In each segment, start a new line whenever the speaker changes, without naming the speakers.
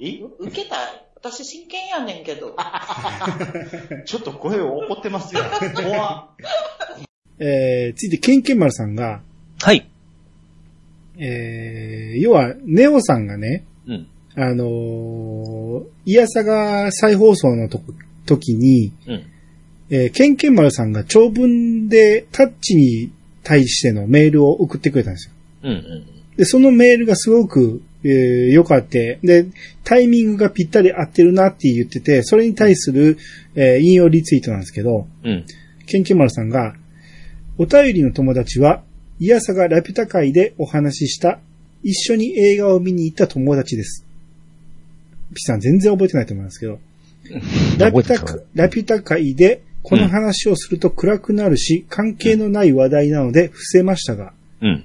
え
受けたい私真剣やねんけど。
ちょっと声を怒ってます よ。怖
えー、ついて、ケンケンマルさんが、
はい。
えー、要は、ネオさんがね、
うん。
あのー、イヤサが再放送のとこ時に、
うん。
えー、ケンケンマルさんが長文でタッチに対してのメールを送ってくれたんですよ。
うんうん。
で、そのメールがすごく、えー良かった。で、タイミングがぴったり合ってるなって言ってて、それに対する、えー引用リツイートなんですけど、
うん。
ケンケンマルさんが、お便りの友達は、イヤサがラピュタ会でお話しした、一緒に映画を見に行った友達です。ピさん全然覚えてないと思いますけど、ラピュタ
覚えてた
会、ラピュタ会でこの話をすると暗くなるし、関係のない話題なので伏せましたが、
うん。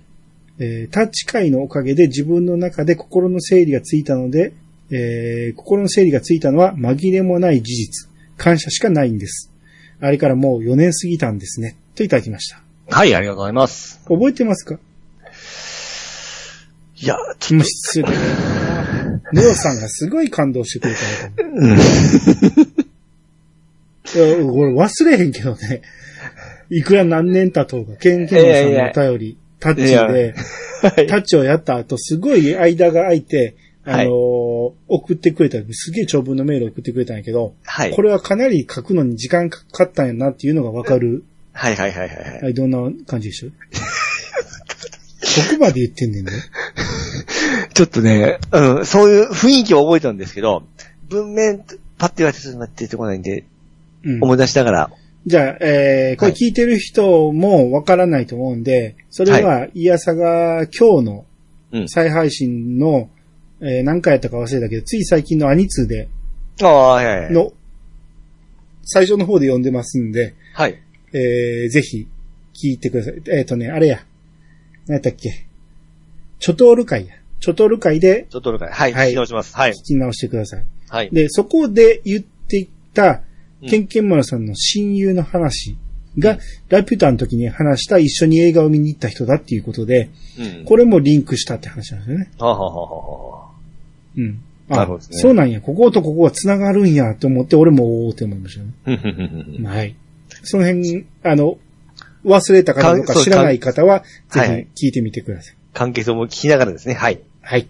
えータッチ会のおかげで自分の中で心の整理がついたので、えー心の整理がついたのは紛れもない事実。感謝しかないんです。あれからもう4年過ぎたんですね。といただきました。
はい、ありがとうございます。
覚えてますか
いや、
気も失礼だな。ネオさんがすごい感動してくれたのかも。いや俺忘れへんけどね。いくら何年経とうが、ケンケンマンさんのお便り、タッチ
いや
で、タッチをやった後、すごい間が空いて、あのー送ってくれた、すげえ長文のメールを送ってくれたんやけど、
はい。
これはかなり書くのに時間かかったんやなっていうのがわかる。
はいはいはいはいはい。
はい、どんな感じでしょそこまで言ってんねんね。
ちょっとね、うん、そういう雰囲気を覚えたんですけど、文面、パッて言われてちょっと待って出てこないんで、
うん。
思い出しながら、
じゃあ、えー、これ聞いてる人もわからないと思うんで、それは、イヤサが今日
う
の
ん
再配信の、えー、何回やったか忘れたけど、つい最近のアニツで
ああ、はいはいはい。
の、最初の方で読んでますんで、
はい。
えー、ぜひ、聞いてください。えっ、とね、あれや。何やったっけ。チョトール会や。チョトール会で
ちょっとるから、はい、
はい
聞き直します。はい。
聞き直してください。
はい。
で、そこで言っていた
う、ん
ケンケンマラさんの親友の話が、ラピュタの時に話した一緒に映画を見に行った人だっていうことで、
うん。
これもリンクしたって話なんですよね。
はあ、はあはあは あは
うん。
なる
あ
ほどですね
そうなんや。こことここが繋がるんやと思って、俺もおーって思いましたね。
あ、ふんふんふんふん
はい。その辺、あの、忘れた方と
か
か
そう
知らない方は、
かはいは
ぜ
い
ひ聞いてみてください。
関係性も聞きながらですね。はい。
はい。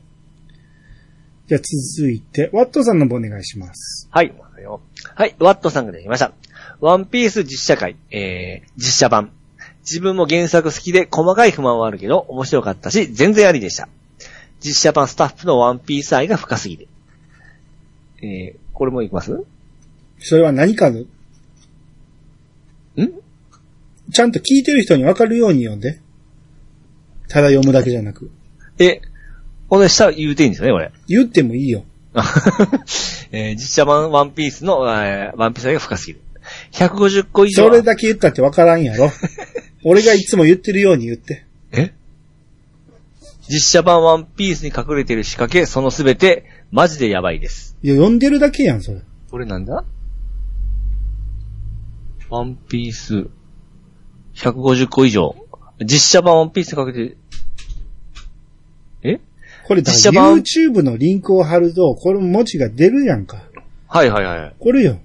じゃあ続いて、ワットさんの方お願いします。
はい。はい。ワットさんができました。ワンピース実写会、えー、実写版。自分も原作好きで細かい不満はあるけど、面白かったし、全然ありでした。実写版スタッフのワンピース愛が深すぎて。えー、これもいきますん
それは何かのちゃんと聞いてる人に分かるように読んで。ただ読むだけじゃなく。
え、この下言うていいんですよね、これ。
言ってもいいよ。
あえー実写版ワンピースの、えーワンピース愛が深すぎる。150個以上
そ
は。
れだけ言ったって分からんや ろ。俺がいつも言ってるように言って。
え実写版ワンピースに隠れてる仕掛け、そのすべて、マジでやばいです。
いや、読んでるだけやん、それ。
これなんだワンピース、150個以上。実写版ワンピースにかけて、え
これだ、
実写版
YouTube のリンクを貼ると、この文字が出るやんか。
はいはいはい。
これよ。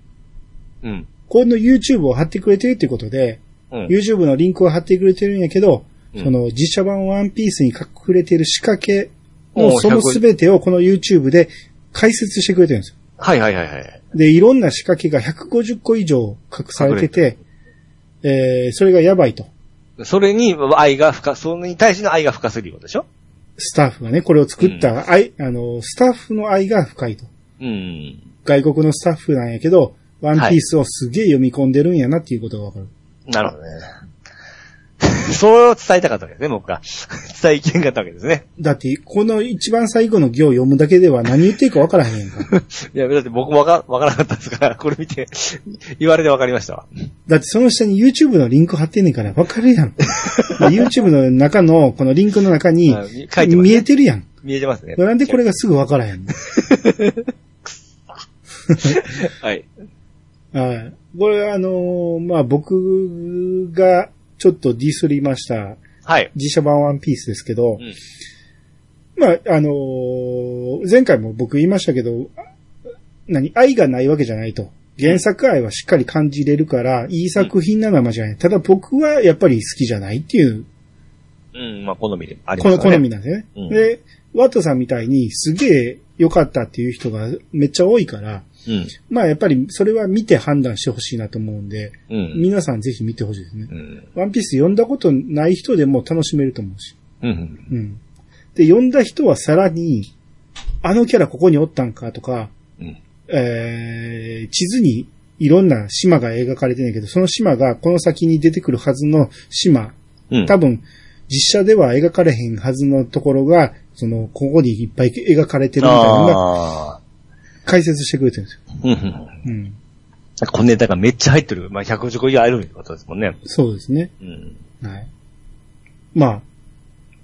うん。
この YouTube を貼ってくれてるってことで、
うん。
YouTube のリンクを貼ってくれてるんやけど、
うん
その実写版ワンピースに隠れてる仕掛けの
おう
その全てをこの YouTube で解説してくれてるんですよ。
はいはいはいはい。
で、いろんな仕掛けが150個以上隠されてて、えー、それがやばいと。
それに愛が深、それに対しての愛が深すぎることでしょ
スタッフがね、これを作った愛、あの、スタッフの愛が深いと。
うん。
外国のスタッフなんやけど、ワンピースをすげえ読み込んでるんやなっていうことがわかる。
なるほどね。 それを伝えたかったわけですね、僕が。 伝えきれなかったわけですね。
だって、この一番最後の行を読むだけでは何言っていいかわからへんやんか。
いや、だって僕もわか、わからなかったですから、これ見て、言われてわかりましたわ。
だってその下に YouTube のリンク貼ってんねんからわかる やん。YouTube の中の、このリンクの中に
あ書いてますね
見えてるやん。
見えてますね。
なんでこれがすぐわからへんの
はい。
はい。これあのーまあ、僕がちょっとディスりました
はい。
自社版ワンピースですけど、
うん
まあ、あのー前回も僕言いましたけど、あ何、愛がないわけじゃないと。原作愛はしっかり感じれるから、いい作品なのは間違いない。ただ僕はやっぱり好きじゃないっていう、
うん、まあ、好みであり
こ
ます
の
から
好
ね。
みなんですね。
うん
で、ワットさんみたいにすげえ良かったっていう人がめっちゃ多いから、
み。
まあやっぱりそれは見て判断してほしいなと思うんで、
うん。うん。
皆さんぜひ見てほしいですね。
うん。
ワンピース読んだことない人でも楽しめると思うし。
うん。
うん。で、読んだ人はさらに、あのキャラここにおったんかとか、
うん
えー、地図にいろんな島が描かれてんねんけど、その島がこの先に出てくるはずの島、
うん。
多分、実写では描かれへんはずのところが、その、ここにいっぱい描かれてるみたいなのが
ああ。
解説してくれてるんですよ。
うんうん。
うん。
小ネタがめっちゃ入ってる。まあ、150個以上あるってことですもんね。
そうですね。
うん。
はい。まあ、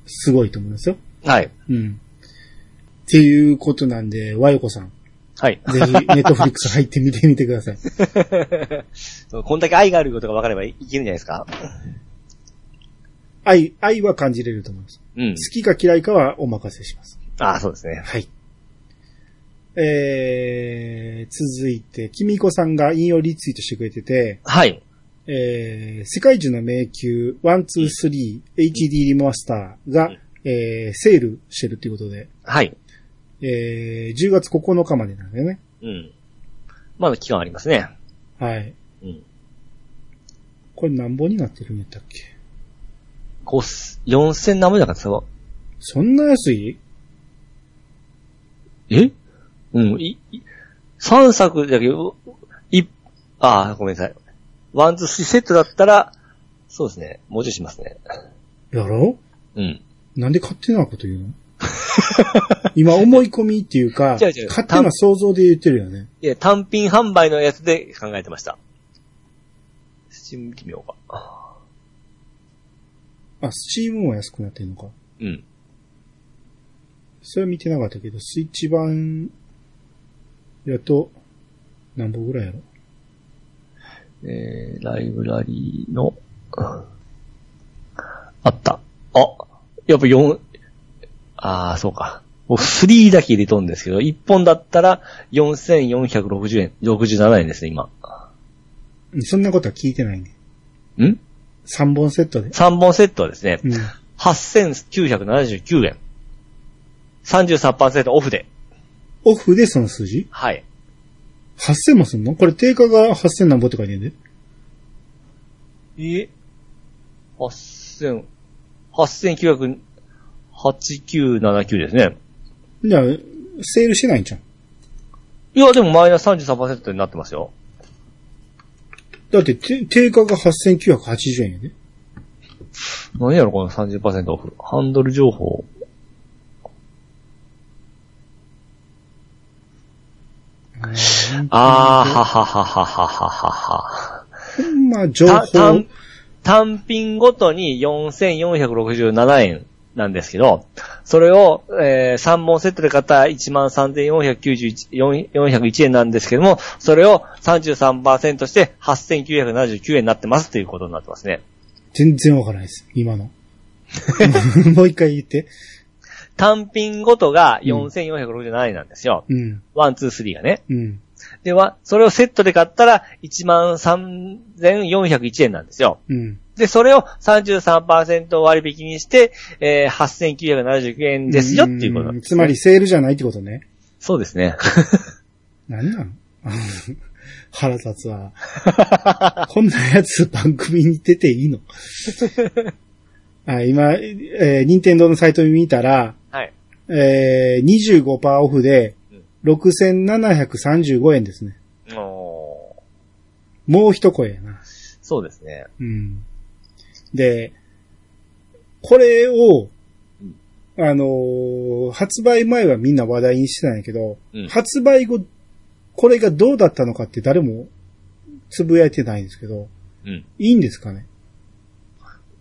すごいと思いますよ。
はい。
うん。っていうことなんで、和よこ さん。
はい。
ぜひ、ネットフリックス入って見てみてください。
こんだけ愛があることが分かればいけるんじゃないですか。
愛、愛は感じれると思います。
うん
好。きか嫌いかはお任せします。
ああ、そうですね。
はい。えー、続いて、きみこさんが引用リツイートしてくれてて、
はい。
えー、世界中の迷宮 123HD リマスターが、えー、セールしてるっていうことで、
はい。
えー、10月9日までなんだよね。
うん。まだ期間ありますね。
はい。
うん。
これ何本になってるんやったっけ
こうす、4000何本だからそう。
そんな安い
えうん、い、い3作だけど、い、ああ、ごめんなさい。ワン、ツー、スリーセットだったら、そうですね。もうちょいしますね。
やろ
うん。
なんで勝手なこと言う の今思い込みっていうか、
違う違う
勝手な想像で言ってるよね。
いや、単品販売のやつで考えてました。スチーム見てみようか。
あ、スチームは安くなってるのか。
うん。
それは見てなかったけど、スイッチ版やと、何本ぐらいやろ
えー、ライブラリーの、うんあった。あ、やっぱ4、ああ、そうか。僕3だけ入れとんですけど、1本だったら4460円、67円ですね、今。
そんなことは聞いてないね。
ん
3本セットで。
3本セットはですね
う、ん。
8979円。33%オフで。
オフでその数字
はい。
?8000 もすんのこれ定価が8000何本って書いてるんで。
え ?8000、8979ですね。
じゃあ、セールしてないんじゃん。
いや、でもマイナス33%になってますよ。
だって、て定価が8980円やで。
何やろ、この30%オフ。ハンドル情報。あー、ははははははは。
まあ、情報
た、単、単品ごとに4467円なんですけど、それを、え3本セットで買った13,491円なんですけども、それを33%して8,979円になってますということになってますね。
全然わからないです。今 の。もう一回言って。
単品ごとが
うん
4,467円なんですよ。
うん。
ワン、ツー、スリーがね。
うん。
では、それをセットで買ったら13,401円なんですよ。
うん。
で、それを33%割引にして、えー、8979円ですよっていうことなん
ん
です、
つまり、。セールじゃないってことね。
そうですね。
なんなん 腹立つわ。 こんなやつ番組に出ていいの あ今、えー、任天堂のサイト見たら、
はい。
えー、25%オフで、6735円ですね。
おー
もう一声やな。
そうですね。
うん。で、これを
うん、
あのー発売前はみんな話題にしてたんやけど、
うん
発売後、これがどうだったのかって誰もつぶやいてないんですけど、
うん。
いいんですかね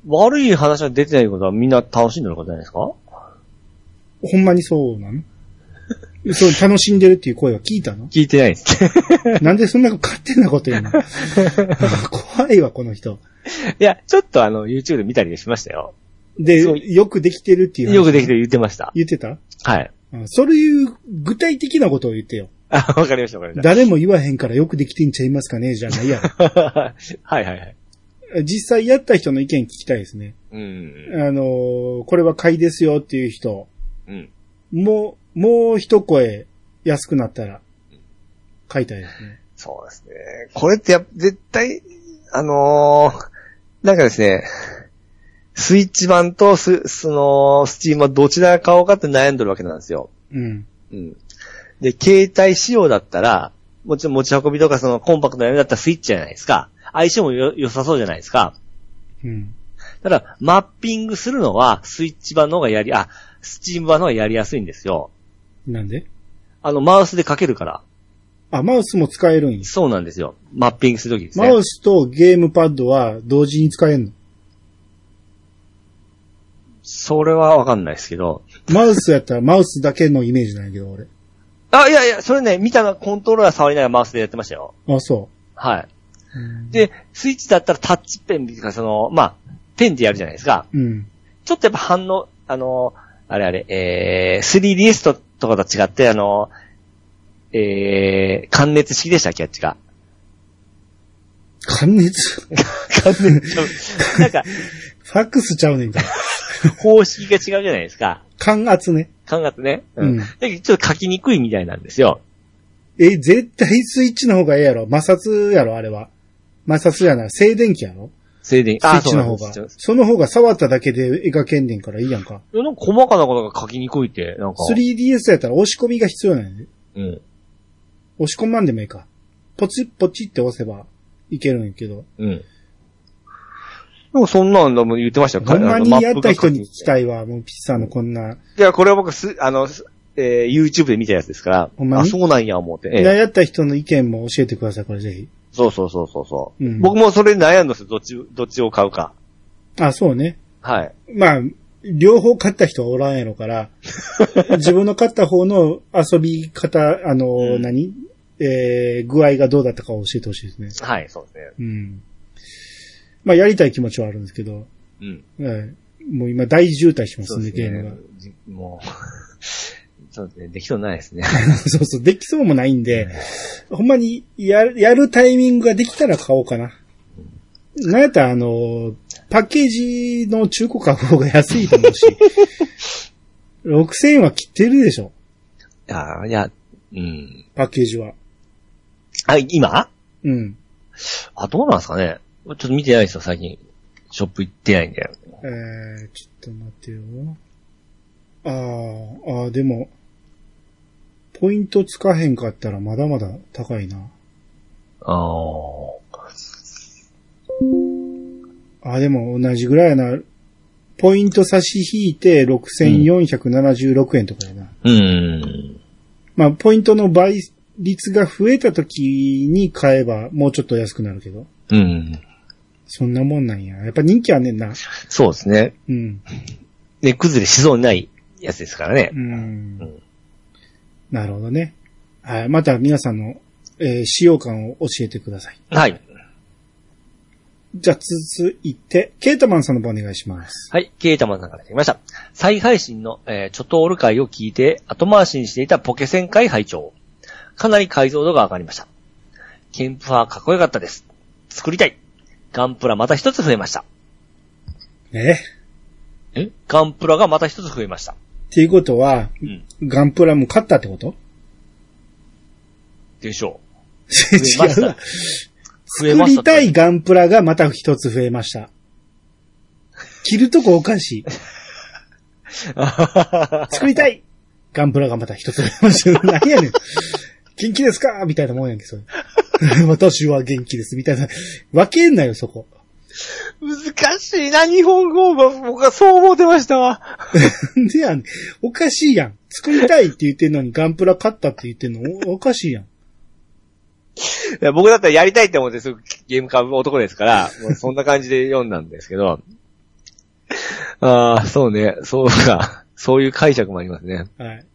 悪い話が出てないことはみんな楽しんでることじゃないですか
ほんまにそうなの そう、楽しんでるっていう声は聞いた の
聞いてないです。
なんでそんな勝手なこと言うの 怖いわ、この人。
いや、ちょっとあの、YouTube で見たりしましたよ。そう
で、よくできてるっていう話。
よくできてる言ってました。
言ってた
はい。
あそういう具体的なことを言ってよ。
あ、わかりました、わかりまし
誰も言わへんからよくできてんちゃいますかねじゃないやろ。
た。はい はいはい。
実際やった人の意見聞きたいですね。
うん。
あのーこれは買いですよっていう人、
うん。
もう、もう一声安くなったら、買いたいですね。
そうですね。これってやっ、絶対、あのー、なんかですね、スイッチ版とス、その、スチームはどちら買おうかって悩んでるわけなんですよ。
うん。
うん。で、携帯仕様だったら、もちろん持ち運びとかそのコンパクトなやつだったらスイッチじゃないですか。相性もよ良さそうじゃないですか。
うん。
ただ、マッピングするのはスイッチ版の方がやり、あ、スチーム版の方がやりやすいんですよ。
なんで
あの、マウスでかけるから。
あ、マウスも使えるんや。
そうなんですよ。マッピングするときですね。
マウスとゲームパッドは同時に使えるの。
それはわかんないですけど。
マウスやったら マウスだけのイメージなんやけど、俺。
あ、いやいや、それね、見たらコントローラー触りながらマウスでやってましたよ。
あ、そ
はい。
う。
で、スイッチだったらタッチペンっていうか、その、まあ、ペンでやるじゃないですか。
うん。
ちょっとやっぱ反応、あの、あれあれ、えー、3DS ととかと違って、あの、えー、関熱式でしたっけ、あっちが。
感熱
関熱なんか、
ファックスちゃうねんから。
方式が違うじゃないですか。
感圧ね。
感覚ね。
うん
だけどちょっと書きにくいみたいなんですよ。
え、絶対スイッチの方がええやろ。摩擦やろ、あれは。摩擦やな。静電気やろ
静電
スイッチの方
そうなん
が
で。す
その方が触っただけで描けんねんからいいやんか。
なんか細かなことが書きにくいって、なんか。
3DS やったら押し込みが必要なんやで。
うん。
押し込まんでもいいか。ポチッポチって押せばいけるんやけど。
うん。でもそんなんだもん言ってましたよ。
ほんまに
あの
やった人に聞き
マップが書いて
たいわ。もうピッサーのこんな。
いや、これは僕す、あの、すえー YouTube で見たやつですから。
ほんまに
あ、そうなんや、思って。ええ
やった人の意見も教えてください、これぜひ。
そうそうそうそうそう、
うん
僕もそれ悩んだんですよ。どっち、どっちを買うか。
あ、そうね。
はい。
まあ、両方買った人はおらんやろ から、自分の買った方の遊び方、あの、
うん
何えー、具合がどうだったかを教えてほしいですね。
はい、そうですね。
うん。まあ、やりたい気持ちはあるんですけど、
うん。
はいもう今大渋滞してますね、ゲームが。
じもう、 そうですね。できそうにないですね。
そうそう、できそうもないんで、ほんまにやる、やるタイミングができたら買おうかな。なんやったら、あの、パッケージの中古買う方が安いと 思うし、6000円は切ってるでしょ、
あーいや、うん。
パッケージは。
あ、今
うん。
あ、どうなんですかね。ちょっと見てないですよ、最近。ショップ行ってないんで。
えー、ちょっと待ってよ。あー、あーでも、ポイントつかへんかったらまだまだ高いな。
ああ。
あ、でも同じぐらいやな。ポイント差し引いて6476円とかやな。
うん。
まあ、ポイントの倍率が増えた時に買えばもうちょっと安くなるけど。
うん。
そんなもんなんや。やっぱ人気あんねんな。
そうですね。
うん。
ね、崩れしそうにないやつですからね
う。ん。なるほどね。はい。また皆さんの、えー使用感を教えてください。
はい。
じゃあ続いて、ケータマンさんの方お願いします。
はい。ケータマンさんからいただきました。再配信の、えー、チョトール会を聞いて、後回しにしていたポケセン会拝聴かなり解像度が上がりました。ケンプファーかっこよかったです。作りたい。ガンプラまた一つ増えました。
え
えガンプラがまた一つ増えました。
っていうことは、
うん。
ガンプラも買ったってこと
でしょう。
違
増えまし
う
た
わ。。
増え
作
まし
り
た
たいガンプラがまた一つ増えました。着るとこおかしい。作りたいガンプラがまた一つ増えました。何やねん。元気ですかみたいなもんやんけ、それ。 私は元気です、みたいな。分けんなよ、そこ。
難しいな、日本語が、 僕はそう思ってましたわ。
なんでやねん。おかしいやん。作りたいって言ってんのにガンプラ買ったって言ってんのおおかしいやん。
いや僕だったらやりたいって思ってすぐゲーム買う男ですから、もうそんな感じで読んだんですけど。 ああ、そうね。そうか。そういう解釈もありますね。
はい。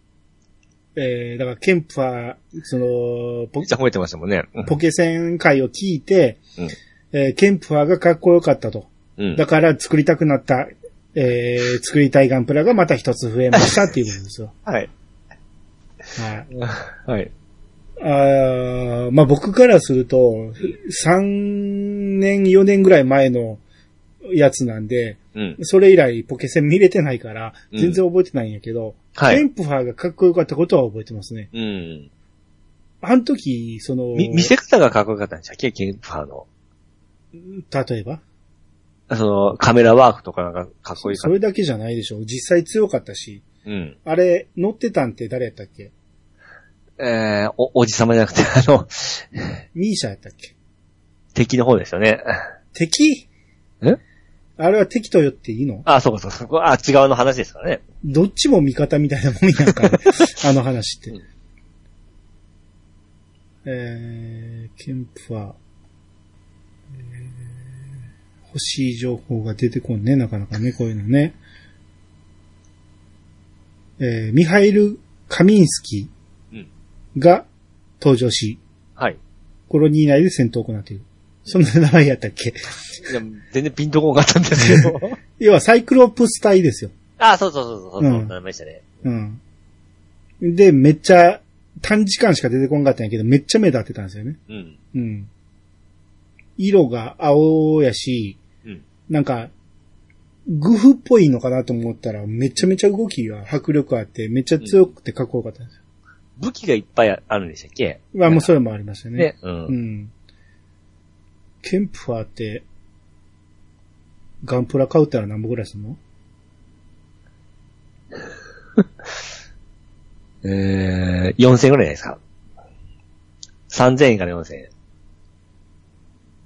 えー、だから、ケンプは、その、ポ
めっちゃ褒めてましたもんね。うん
ポケセン会を聞いて、
うん
えーケンプファーがかっこよかったと。
うん。
だから作りたくなったえー、作りたいガンプラがまた一つ増えましたっていうことですよ。
はい。
はい。
はい。
あーまあ僕からすると、3年、4年ぐらい前のやつなんで、
うん。
それ以来ポケセン見れてないから、
うん
全然覚えてないんやけど、
は
テ
い。
ンプファーがかっこよかったことは覚えてますね。
うん。
あの時、その、
み、見せ方がかっこよかったんじゃうケンケンプファーの。
例えば
その、カメラワークとかなんかかっこいい
そ
から。
れだけじゃないでしょ。実際強かったし、
うん。
あれ、乗ってたんって誰やったっけ
えー、お、おじさまじゃなくて、あの、
ミーシャやったっけ
敵の方ですよね。
敵
え
あれは敵とよっていいの
あ、そうかそうかそうか。あ、違うの話ですからね。
どっちも味方みたいなもんや んか、あの話って。
うん
えー、ケンプは、えー欲しい情報が出てこんね、なかなかね、こういうのね。えー、ミハイル・カミンスキ
うん
が登場し、
はい。
コロニー内で戦闘を行っている。そんな名前やったっけ
いや全然ピンとこなかったんですけど。
要はサイクロプス隊ですよ。
あ、そうそうそうそうそう、
うん
なりましたね。
うん。で、めっちゃ、短時間しか出てこんかったんやけど、めっちゃ目立ってたんですよね。
うん。
うん。色が青やし、
うん
なんか、グフっぽいのかなと思ったら、めちゃめちゃ動きが迫力あって、めっちゃ強くてかっこよかったんですよ。
武器がいっぱいあるんでしたっけ
まあもうそれもありましたね。
ね。うん。
うん。ケンプファーって、ガンプラ買うったら何本ぐらいするの
えー、4000円ぐらいじゃないですか。3000円から4000円。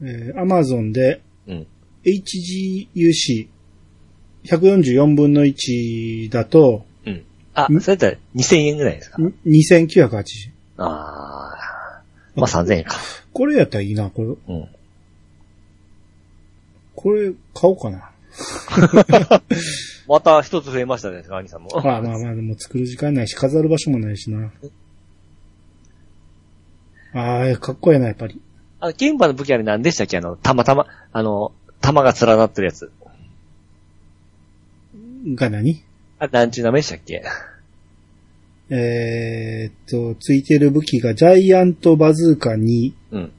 えー、アマゾンで、
うん。
HGUC144 分の1だと、
あ、
ん
それだったら2000円ぐらいですか。
2980円。
あー。まあ3000円か。
これやったらいいな、これ。
うん。
これ、買おうかな。
また一つ増えましたね、ガーニさんも。
まあまあまあ、でも作る時間ないし、飾る場所もないしな。ああ、かっこいいな、やっぱり。
あの、剣馬の武器あれ何でしたっけあの、たまたま、あの、玉が連なってるやつ。
が何
あ、なんちゅう名前でしたっけ
えー、っと、ついてる武器が、ジャイアントバズーカ2、
うん。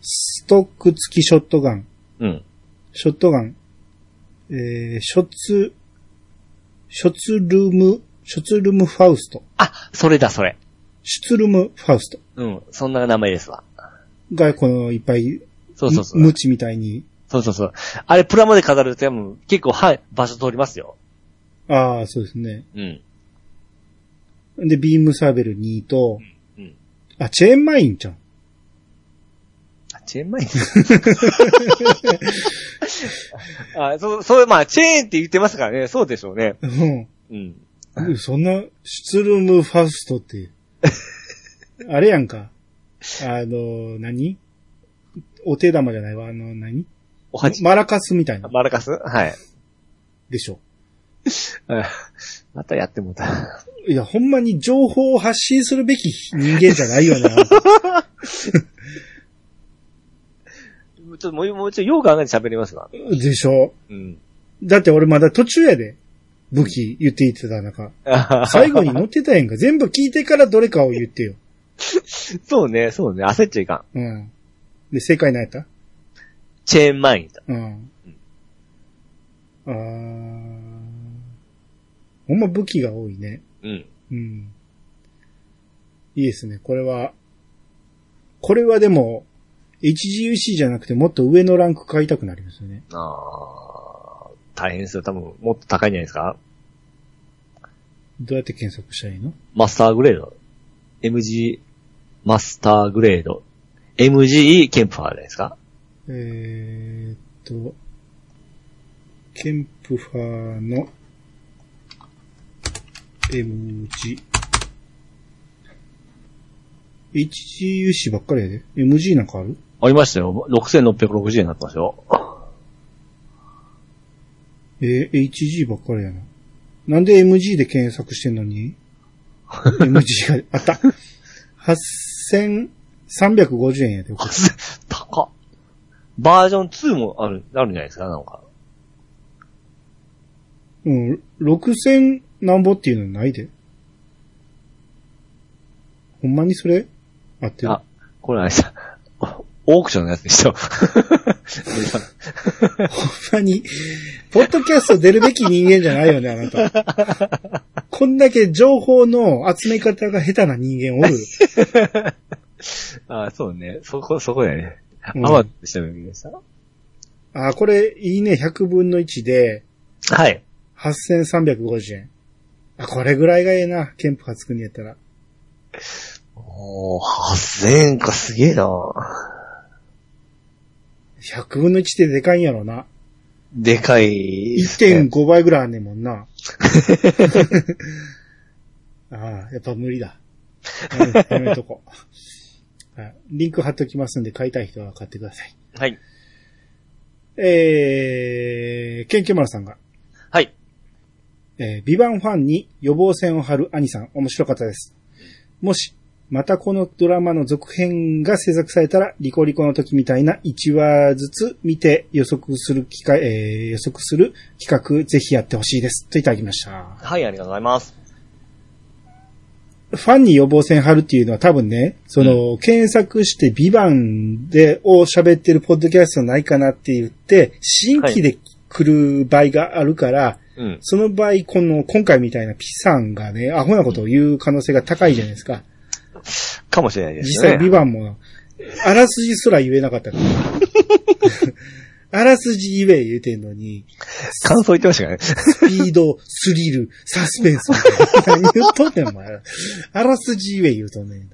ストック付きショットガン、
うん。
ショットガン、えー、ショツ、ショツルーム、ショツルームファウスト、
あ、それだ、それ。
シュツルムファウスト
うん。そんな名前ですわ。
がこのいっぱい、
そうそうそう。
無知みたいに、
そうそうそう。あれ、プラモで飾ると、もう結構、はい、場所通りますよ。
ああ、そうですね。
うん。
で、ビームサーベル2と、
うん。
あ、チェーンマインちゃん。
あ、チェーンマイン あ、そう、そう、まあ、チェーンって言ってますからね。そうでしょうね。
う
うん。
ん。そんな、シュツルムファウスト って、あれやんか。あの、何お手玉じゃないわ。あの、何
おはじ、
マラカスみたいな。
マラカスはい。
でしょ。
うんまたやってもうた。
いや、ほんまに情報を発信するべき人間じゃないよね。
ちょっともう、もうちょい、よう考えて喋りますわ。
でしょ。
うん。
だって俺まだ途中やで。武器言っていってた中。最後に載ってたやんか。全部聞いてからどれかを言ってよ。
そうね、そうね。焦っちゃいかん。
うん。で、正解何やった
チェーンマインだ。
うん。あー。ほんま武器が多いね。
うん。
うん。いいですね。これは、これはでも、HGUC じゃなくてもっと上のランク買いたくなりますよね。
ああ大変ですよ。多分、もっと高いんじゃないですか
どうやって検索したらいいの
マスターグレード。MG、マスターグレード。MGE ケンプファーじゃないですか
えーっと、ケンプファーの MG。HGUC ばっかりやで。MG なんかある
ありましたよ。6660円になってますよ。
えー HG ばっかりやな。なんで MG で検索してんのに ?MG が、あった。8350円やで。
高っ。バージョン2もある、あるんじゃないですかなんか。
うん、6000なんぼっていうのないで。ほんまにそれ合ってる
あ、これあれさ、オークションのやつでしょ。
ほんまに、ポッドキャスト出るべき人間じゃないよね、あなた。こんだけ情報の集め方が下手な人間お る。
あ、そうね。そこ、そこだよね。
うん
アマって調べてみました。
あ、これ、いいね、100分の1で、
はい。
8350円。あ、これぐらいがええな、ケンプ初国やったら。
おー、8000円かすげえな
100分の1ってでかいんやろな。
でかいっすね。
1.5倍ぐらいあんねんもんな。 ああ、やっぱ無理だ。うんやめとこう。はいリンク貼っときますんで、買いたい人は買ってください。
はい。
えー、ケンケマラさんが、
はい。
えー、ビバンファンに予防線を張る兄さん、面白かったです。もし、またこのドラマの続編が制作されたら、リコリコの時みたいな1話ずつ見て予測する機会、えー予測する企画、ぜひやってほしいです。といただきました。
はい、ありがとうございます。
ファンに予防線張るっていうのは多分ね、その、検索してビバンで、を喋ってるポッドキャストないかなって言って、新規で来る場合があるから、
うん。
その場合、この、今回みたいなピさんがね、アホなことを言う可能性が高いじゃないですか。
かもしれないです
実
ね。
際、ビバンも、あらすじすら言えなかったから。あらすじ言え言うてんのに、
感想言ってましたからね。
スピード、スリル、サスペンスみたいな。何言っとんねん、お前。あらすじ言え言うとんねん。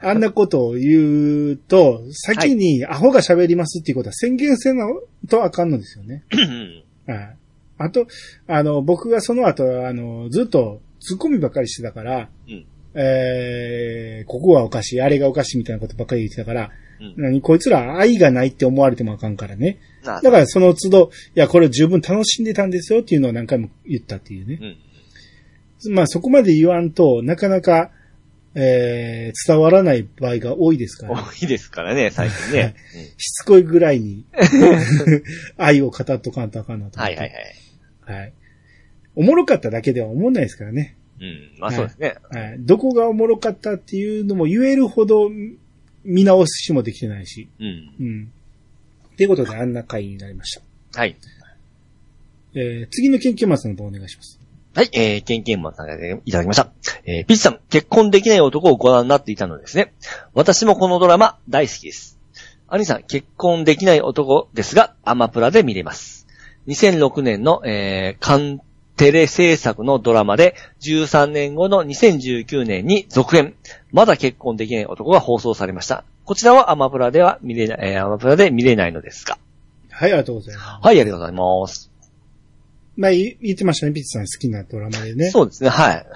あんなことを言うと、先にアホが喋りますっていうことは宣言せなとあかんのですよね。
うん
はい。あと、あの、僕がその後、あの、ずっと突っ込みばっかりしてたから、
うん
えー、ここはおかしい、あれがおかしいみたいなことばっかり言ってたから、
うん
何こいつら愛がないって思われてもあかんからね。
なあ
だからその都度、いや、これ十分楽しんでたんですよっていうのを何回も言ったっていうね。
うん。
まあそこまで言わんとなかなか、えー、伝わらない場合が多いですから、
多いですからね、最近 ね。
しつこいぐらい に愛を語っとかんとあかんな
う
と
ん
思って。
はいはいはい。
はい。おもろかっただけでは思んないですからね。
うん。まあそうですね。
はい。どこがおもろかったっていうのも言えるほどん見直しもできてないし。
うん。
うん。っていうことであんな回になりました。
はい。
えー、次の研究マスの方お願いします。
はい、えー、ケンケンマンさんからいただきました。えー、ピッチさん、結婚できない男をご覧になっていたのですね。私もこのドラマ大好きです。兄さん、結婚できない男ですが、アマプラで見れます。2006年の、えー、カンテレ制作のドラマで、13年後の2019年に続編、まだ結婚できない男が放送されました。こちらはアマプラでは見れない、えー、アマプラで見れないのですが。
はい、ありがとうございます。
はい、ありがとうございます。
まあ、い言ってましたね、ピッチさん好きなドラマでね。
そうですね、はい。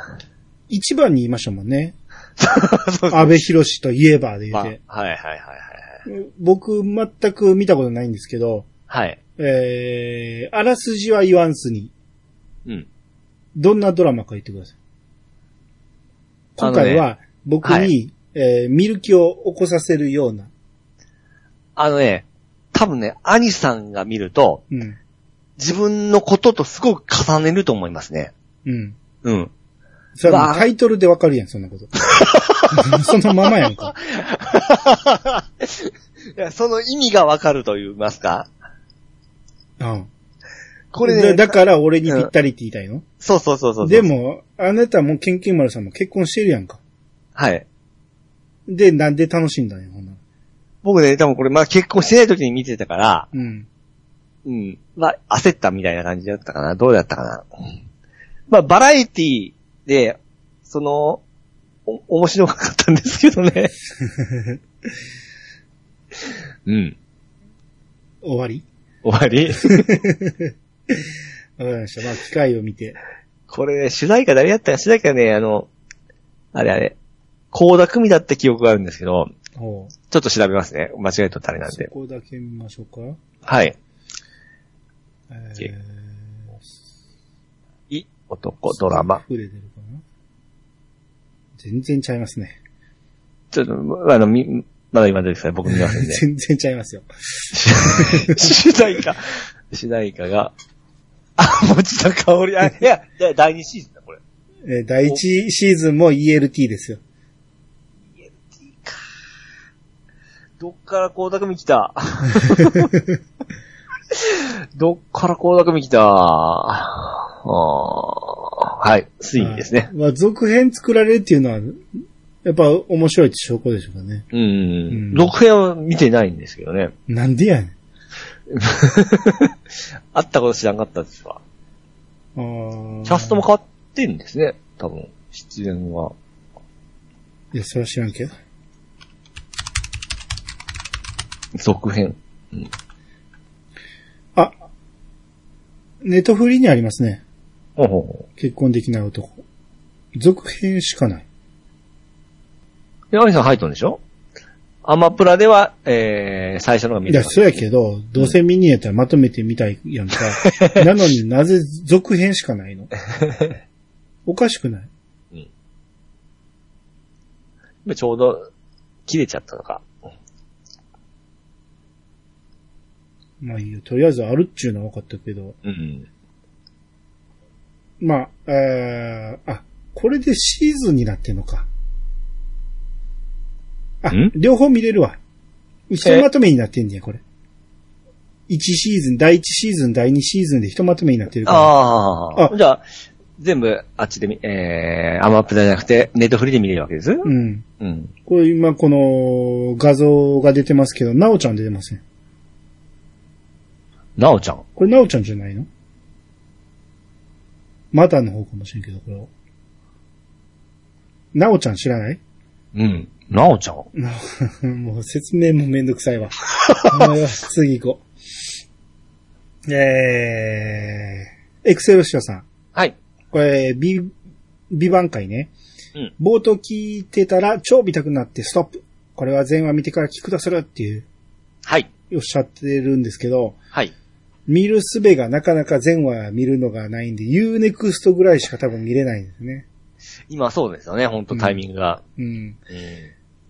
一番に言いましたもんね。
そう
安倍博士といえばで言
まあ
っ
はい
て。
はいはいはい
僕、全く見たことないんですけど、
はい。はい。
えー、あらすじは言わんすに、
うん。
どんなドラマか言ってください。今回は僕に、
は
えー、見る気を起こさせるような。
あのね、多分ね、兄さんが見ると、
うん。
自分のこととすごく重ねると思いますね。
うん。
うん。
それはも
わ
う
あ
タイトルでわかるやん、そんなこと。 そのままやんか。
いやその意味がわかると言いますか。
うん。
これ
だ
ね、
だから俺にぴったりって言いたいの、
そうそうそうそうそう。
で、も、あなたもケンケンマルさんも結婚してるやんか。
はい。
で、なんで楽しんだんや、ほんなら
僕ね、多分これまだ結婚してない時に見てたから、
うん。
うん。まあ、焦ったみたいな感じだったかな。どうだったかな。うんまあ、バラエティで、その、お、面白かったんですけどね。 うん。
終わり
終わり
わかりました。まあ、機会を見て。
これ、ね、主題歌誰やったか主題歌ね、あの、あれあれ、高田組だった記憶があるんですけど、
ほう。
ちょっと調べますね。間違えとったあれなん
そ
で。
こだけ見ましょうか。
はい。
え
け
ー、
い、男、ドラマ。
触れてるかな全然ちゃいますね。
ちょっと、まあの、み、まだ今出てきた僕見ませ んね。
全然ちゃいますよ。
主題歌。主題歌が、あ、持田香織。あ、いや、いや第2シーズンだ、これ。
えー第1シーズンも ELT ですよ。
どっから光沢見来たどっから光沢見来たあーはい、ついにですね。
はい。まあ、続編作られるっていうのは、やっぱ面白いって証拠でしょうかね。
うん
ん。
続編は見てないんですけどね。
なんでやね
あったこと知らんかったですわ。
ん。
キャストも。変わってんですね。多分、出演は。
いや、それは知らんけど。
続編。
あ、ネットフリにありますね。
ほうほうほ
結婚できない男。続編しかない。
う。で、アニさん入っとんでしょアマプラでは、えー、最初のが見
い
れ
や、
た。
そうやけど、どうせ見にやったらまとめてみたいや んか。なのになぜ続編しかないのおかしくない
ちょうど、切れちゃったのか。
まあいいよ。とりあえずあるっちゅうのは分かったけど。
うん。
まあ、えー、あ、これでシーズンになってんのか。あ
ん、
両方見れるわ。ひとまとめになってんねや、これ。1シーズン、第1シーズン、第2シーズンでひとまとめになってるから。
ああ
あ
じゃあ、全部、あっちで見、えー、アマプラじゃなくて、ネットフリで見れるわけです。う。
うんん。これ今この画像が出てますけど、なおちゃん出てません。
なおちゃん。
これなおちゃんじゃないのまたの方かもしれんけど、これを。なおちゃん知らない
うん。なおちゃん。
な もう説明もめんどくさい わ。もうよし次行こう。えー、エクセルシオさん。
はい。
これ、ビ、ビバン会ね。
うん
冒頭聞いてたら超見たくなってストップ。これは前話見てから聞くとするっていう、
はい。
おっしゃってるんですけど、
はい。
見るすべがなかなか前話見るのがないんで、Unext ぐらいしか多分見れないんですね。
今そうですよね、ほんとタイミングが。
うん。
うん。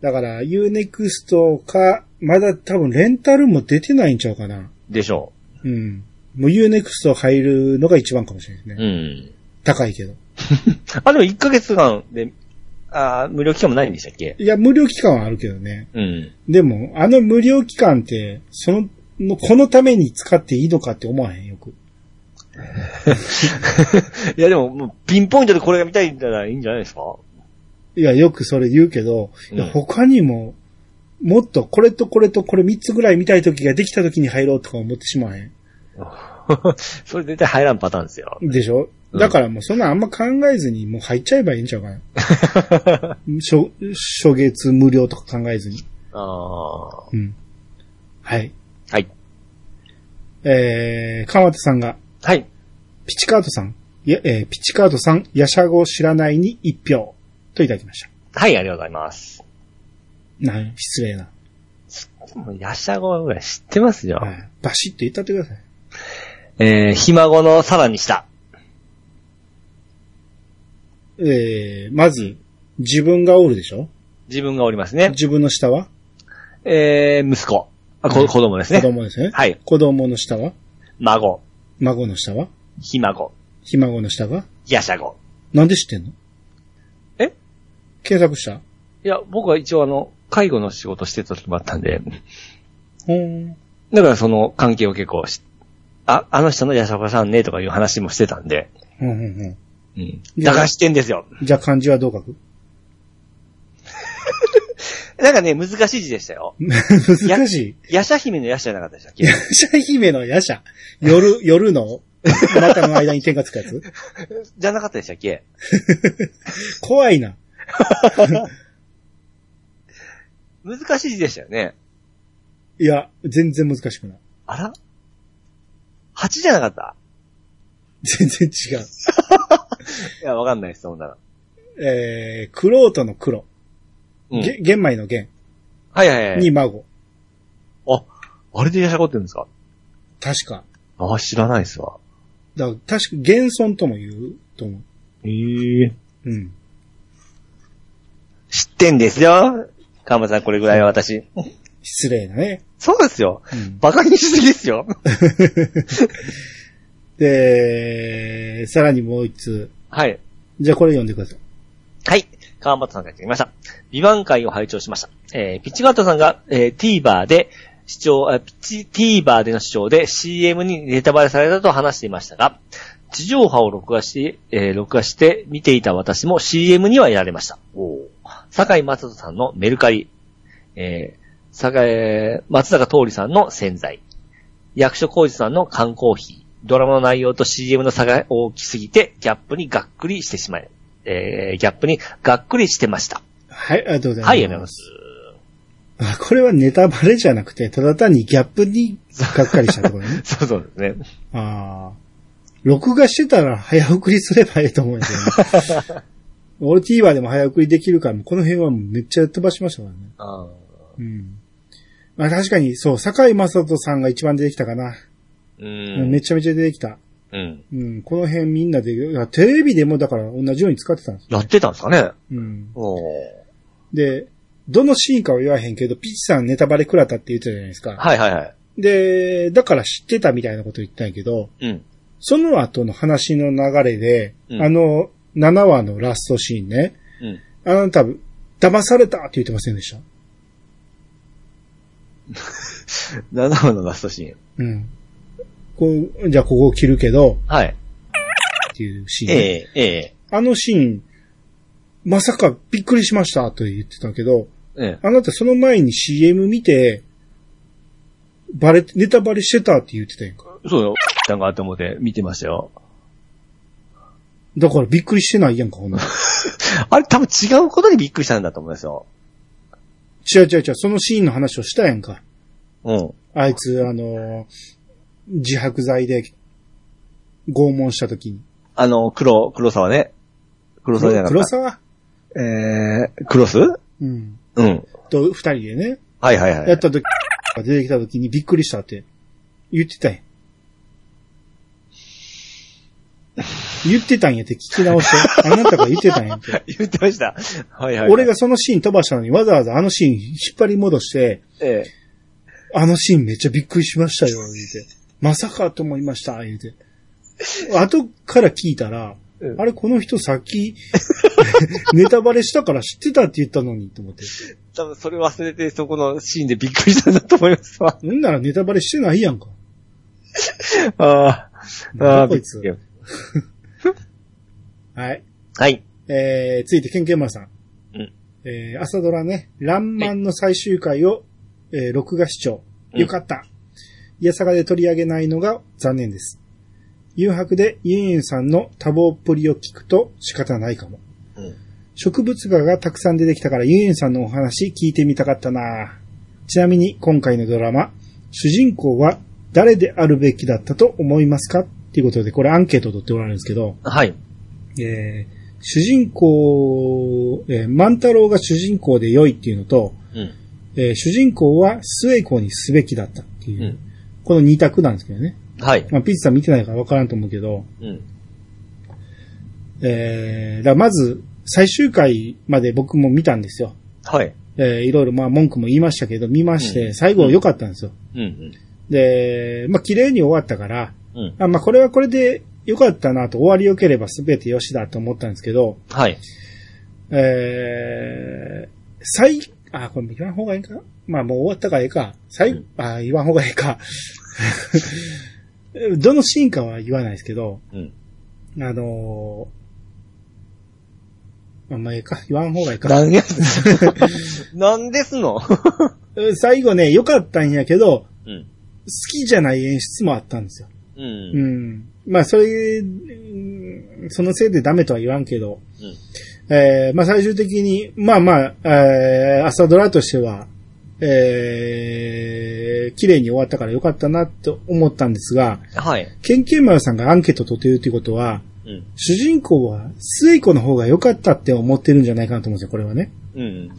だから、Unext か、まだ多分レンタルも出てないんちゃうかな。
でしょ
うん。もう Unext 入るのが一番かもしれないです
う。
ね。
うん。
高いけど。
あ、でも1ヶ月間で、あー無料期間もないんでしたっけ
いや、無料期間はあるけどね。
うん。
でも、あの無料期間って、その、のこのために使っていいのかって思わへんよく。
いや、でも、もうピンポイントでこれが見たいんならいいんじゃないですか
いや、よくそれ言うけど、いや
うん
他にも、もっとこれとこれとこれ3つぐらい見たい時ができた時に入ろうとか思ってしまわへん。
それ絶対入らんパターンですよ。
でしょ、
うん
だからもうそんなあんま考えずにもう入っちゃえばいいんちゃう かな。初、初月無料とか考えずに。
ああ。は
うん。はい。
い。
えー、川田さんが、
はい。
ピチカートさん、いや、えー、ピチカートさん、ヤシャゴ知らないに一票、といただきました。
はい、ありがとうございます。
な、失礼な。
でも、ヤシャゴぐらい知ってますよ。
はい。バシッと言ったってください。
えー、ひ孫のさらにした。
えー、まず、自分がおるでしょ
自分がおりますね。
自分の下は
えー、息子。あ、こ子供です
子
ね。
供ですね。
はい。
子供の下は
孫。
孫の下は
ひ孫。
ひ孫の下は
ヤシャゴ。
なんで知ってんの
え
検索した
いや、僕は一応あの、介護の仕事してた時もあったんで、
ほーん。
だからその関係を結構し、あ、あの人のヤシャゴさんねとかいう話もしてたんで、
うんうんう
うん。
いや
だから知ってんですよ。
ん。じゃあ漢字はどう書く
なんかね、難しい字でしたよ。
難しい。
ヤシャ姫のヤシャじゃなかったでしたっけ
ヤシャ姫のヤシャ。夜、夜の、あなたの間に点がつくやつ
じゃなかったでしたっけ
怖いな。
難しい字でしたよね。
いや、全然難しくない。
あら蜂じゃなかった
全然違う。
いや、わかんないです、そんなの。
えー、クロートの黒。
うん。
げ、玄米の玄
はいはいはい。
に孫。
あ、あれでヤシャゴって言うんですか
確か。
あ、知らないですわ。
だから確か、玄孫とも言うと思
ええ。
う。うん。
知ってんですよ。カムさん、これぐらいは私。
失礼なね。
そうですよ。
うん。
バカにしすぎですよ。
で、さらにもう一通。
はい。
じゃあこれ読んでください。
はい。川端さんがやってきました。美版会を拝聴しました。えー、ピッチガートさんが、えー、TVer で視聴、えー、ピッチ、TVer での視聴で CM にネタバレされたと話していましたが、地上波を録画し、えー録画して見ていた私も CM にはやられました。お坂井正人さんのメルカリ、えー、坂井、松坂桃李さんの洗剤、役所広司さんの缶コーヒー、ドラマの内容と CM の差が大きすぎて、ギャップにがっくりしてしまい、えー、ギャップにがっくりしてました。
はい、ありがとうございます。
はい、やめます。。
あ、これはネタバレじゃなくて、ただ単にギャップにがっかりしたところね
そうそうですね。
ああ。録画してたら早送りすればいいと思うんですよね。 俺 TVer でも早送りできるから、この辺はめっちゃ飛ばしましたからね。
あー
うん。まあ確かに、そう、坂井正人さんが一番出てきたかな。
う
め
ん。
ちゃめちゃ出てきた。
うん。
うん、この辺みんなで、いやテレビでもだから同じように使ってたんですよ。
やってたんですかね
うん。
おー
で、どのシーンかは言わへんけど、ピッチさんネタバレ食らったって言ってたじゃないですか。
はいはいはい。
で、だから知ってたみたいなこと言ったんやけど、
うん。
その後の話の流れで、
うん
あの、7話のラストシーンね、
うん。
あなた、騙されたって言ってませんでした。
7話のラストシーン。
うん。こう、じゃあここを切るけど、
はい。
っていうシーン
え
ね、
えええ
あのシーン、まさかびっくりしましたと言ってたけど、
ええ
あなたその前に CM 見て、バレ、ネタバレしてたって言ってたやんか。
そうよ。なんかあって思って見てましたよ。
だからびっくりしてないやんか、ほんなら
あれ多分違うことにびっくりしたんだと思いますよ。
違う違う違う、そのシーンの話をしたやんか。
うん。
あいつ、あのー自白剤で拷問した時に。
あの、黒、黒沢ね。黒沢じゃなか
黒
った。
沢
えー、クロス
うん。
うん。
と、二人でね、
はいはいは
やっ
い。
た時、が出てきた時にびっくりしたって言ってたやん。言ってたんやって聞き直して。あなたが言ってたんやって。
言ってました。はいはい、
俺、がそのシーン飛ばしたのにわざわざあのシーン引っ張り戻して、
ええ
あのシーンめっちゃびっくりしましたよ、言うて。まさかと思いました、言うて。後から聞いたら、
うん
あれ、この人さっき、 ネタバレしたから知ってたって言ったのに、と思って。
多分それ忘れて、そこのシーンでびっくりしたんだと思いますわ。
ほんならネタバレしてないやんか。
ああ、あ
なんだ
あ、
こいつ
びっく
はい。
りはい。
えー、続いて、ケンケンマンさん。
うん
えー、朝ドラね、ランマンの最終回を、えー、録画視聴。
うん
よかった。いやさかで取り上げないのが残念です。誘白でユンユンさんの多忙っぷりを聞くと仕方ないかも。
うん
植物画がたくさん出てきたからユンユンさんのお話聞いてみたかったなちなみに今回のドラマ、主人公は誰であるべきだったと思いますかっていうことで、これアンケートを取っておられるんですけど、
はい。
えー主人公、えー万太郎が主人公で良いっていうのと、
うん。
えー主人公は末子にすべきだったっていう、
うん
この二択なんですけどね。
はい。
まあ、ピッチさん見てないから分からんと思うけど、
うん。
えー、だからまず、最終回まで僕も見たんですよ。
はい。
えーいろいろまあ文句も言いましたけど、見まして、
うん
最後良かったんですよ。
うん。
で、まあ綺麗に終わったから、
うん。
あまあこれはこれで良かったなと、終わり良ければ全て良しだと思ったんですけど、
はい。
えー、最、あ、これ言わん方がいいかまあもう終わったからええか。最、
うん
あ、言わん方がええか。 どのシーンかは言わないですけど、
うん。
あのー、あんまあええか。言わん方がいいか。
何やつ何ですの
最後ね、良かったんやけど、
うん。
好きじゃない演出もあったんですよ。
う。
うんん。まあそれ、うんそのせいでダメとは言わんけど、
うん
えーまあ最終的に、まあまあ、えー朝ドラとしては、えー綺麗に終わったから良かったなと思ったんですが、
はい。
ケンケンマルさんがアンケート取ってるっていうことは、
うん。
主人公は末子の方が良かったって思ってるんじゃないかなと思うんですよ、これはね。
うん。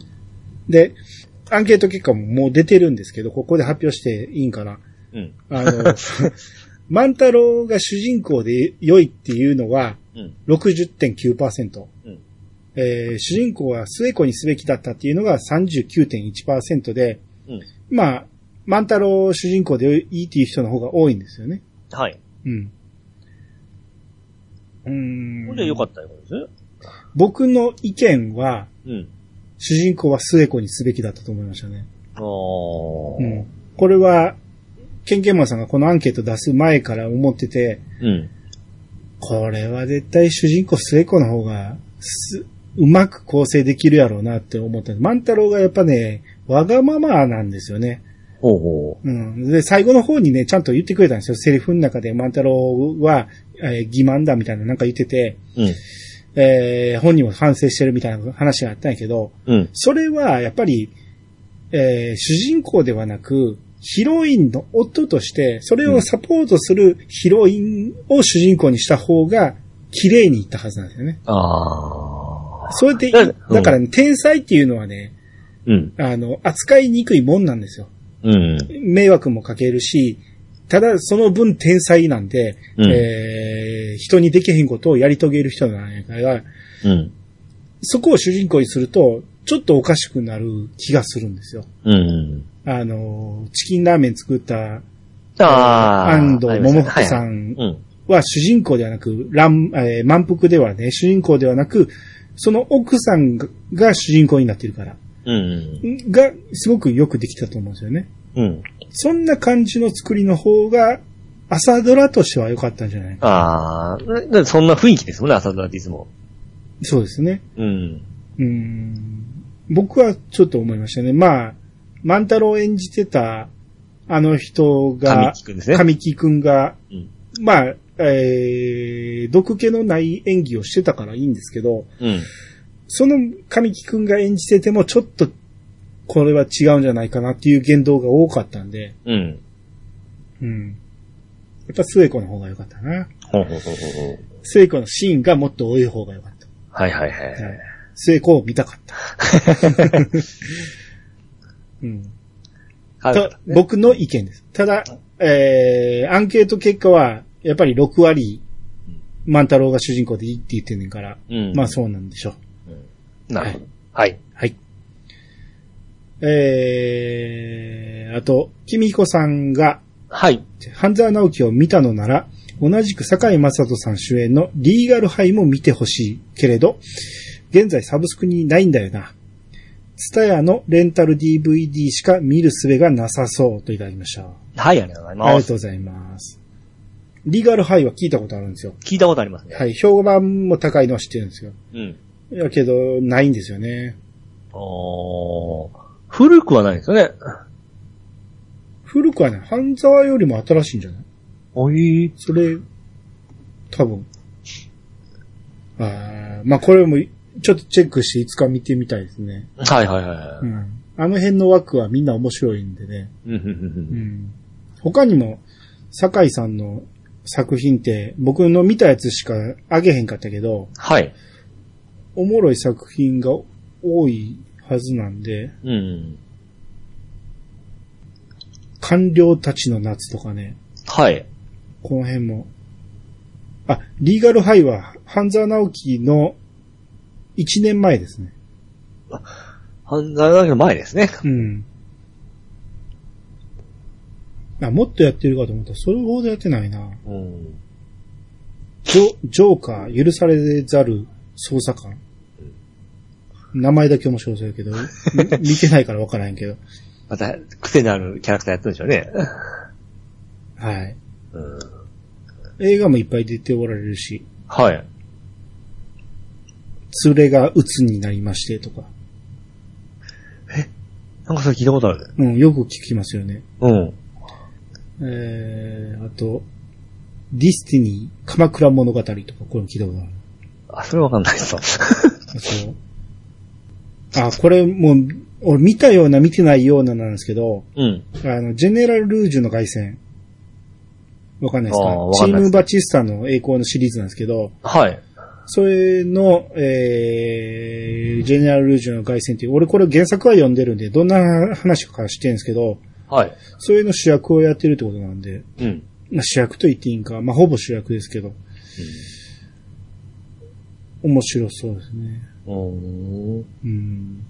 で、アンケート結果ももう出てるんですけど、ここで発表していいんかな。
うん。
あの、 万太郎が主人公で良いっていうのは、
うん。
60.9%。
うん
えー主人公は末子にすべきだったっていうのが39.1%で、
うん。
まあ、万太郎を主人公でいいっていう人の方が多いんですよね。
はい。
うん。
じゃあよかったよ、これです
僕の意見は、
うん。
主人公は末子にすべきだったと思いましたね。
あー。
うん。これは、ケンケンマンさんがこのアンケート出す前から思ってて、
うん。
これは絶対主人公末子の方が、す、うまく構成できるやろうなって思った。万太郎がやっぱね、わがままなんですよね。
ほうほ
うん。で、最後の方にね、ちゃんと言ってくれたんですよ。セリフの中で万太郎は、えー欺瞞だみたいななんか言ってて、
う。うん。
えー本人も反省してるみたいな話があったんやけど、
うん。
それはやっぱり、えー主人公ではなく、ヒロインの夫として、それをサポートするヒロインを主人公にした方が、綺麗にいったはずなんですよね。
あー。
そうやって、
うん
だからね、天才っていうのはね、
うん。
あの、扱いにくいもんなんですよ。
うん。
迷惑もかけるし、ただその分天才なんで、
うん
えー人にできへんことをやり遂げる人なんやから、
うん。
そこを主人公にすると、ちょっとおかしくなる気がするんですよ。
うん。
あの、チキンラーメン作った
あー。
安藤桃福
ん。
さ
はい
ん
うん。
は主人公ではなく、らんえー満腹ではね、主人公ではなく、その奥さんがが主人公になってるから、
うん。
んがすごくよくできたと思うんですよね。
うん。
そんな感じの作りの方が、朝ドラとしては良かったんじゃないか。
あー。だそんな雰囲気ですもんね、朝ドラっていつも。
そうですね。
うん。
うーん。僕はちょっと思いましたね。まあ、万太郎演じてた、あの人が
神、木くんですね。
神木くんが、
うん
まあ、えー、毒気のない演技をしてたからいいんですけど、
うん。
その神木くんが演じててもちょっと、これは違うんじゃないかなっていう言動が多かったんで、
うん。
うん。やっぱ末子の方が良かったな。
ほうほうほうほうほう。
末子のシーンがもっと多い方が良かった。
はいはいはい。
末子を見たかった。 うん
は
と僕の意見です。ただ、えー、アンケート結果は、やっぱり6割、万太郎が主人公でいいって言ってんねんから、
うん。
まあそうなんでしょう。
なるほど。はい。
はい。えー、あと、君彦さんが、
はい。
半沢直樹を見たのなら、同じく坂井正人さん主演のリーガルハイも見てほしいけれど、現在サブスクにないんだよな。ツタヤのレンタル DVD しか見る術がなさそうといただきました。
はい、ありがとうござい
あり
ま
が
す。
とうございます。リーガルハイは聞いたことあるんですよ。
聞いたことありますね。
はい。評判も高いのは知ってるんですよ。
うん。
だけど、ないんですよね。
おー古くはないですよね。
古くはね、半沢よりも新しいんじゃない
おい
それ、多分。あーまあこれも、ちょっとチェックしていつか見てみたいですね。
はいはいはいは
う
い。
ん。あの辺の枠はみんな面白いんでね。
うんうんうん
う
うん
ん。他にも、酒井さんの作品って、僕の見たやつしかあげへんかったけど、
はい。
おもろい作品が多いはずなんで、
うん。
官僚たちの夏とかね、
はい。
この辺も。あ、リーガルハイは、半沢直樹の1年前ですね。
犯罪だけの前ですね。
うん。あ、もっとやってるかと思ったら、それほどやってないな。
うん。
ジョジョーカー、許されざる捜査官。名前だけ面白そうやけど、み見てないからわからへんけど。
また、癖のあるキャラクターやってるんでしょうね。
はい。
うん。
映画もいっぱい出ておられるし。
はい。
連れが鬱になりましてとか。
なんかそれ聞いたことあるね。
うん、よく聞きますよね。
うん。
えー、あと、ディスティニー、鎌倉物語とか、これも聞いたことある。
あ、それわかんないです。
あそう。あ、これもう、俺見たような見てないようななんですけど、
うん。
あの、ジェネラル・ルージュの凱旋。わかんないですか
あーわ
チ
かん
ー
ないで
ム・
す
バチスタの栄光のシリーズなんですけど、
はい。
それの、えー、ジェネラル・ルージュの凱旋っていう、俺これ原作は読んでるんで、どんな話か知ってるんですけど、
はい。
それの主役をやってるってことなんで、
うん。
まあ、主役と言っていいんか、まあ、ほぼ主役ですけど、面白そうですね。
うん。
うん。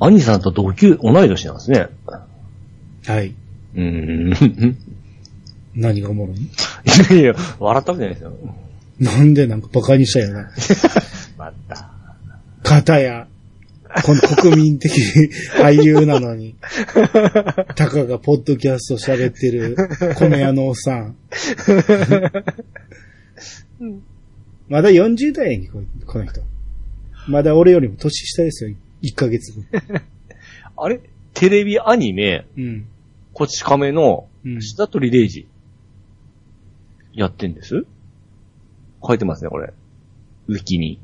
兄さんと同級、同い年なんですね。
はい。
うん。
何がおもろい
いやいや、笑ったわけじゃないですよ。
なんでなんかバカにしたよな。
また。
片や、この国民 的俳優なのに、たかがポッドキャスト喋ってる米屋のおっさ ん。まだ40代やんけ、ここの人。まだ俺よりも年下ですよ、1ヶ月分。
あれテレビアニメ、
うん。
こち亀の、
うん。
下取り0時、やってんです書いてますね、これ。ウィキに。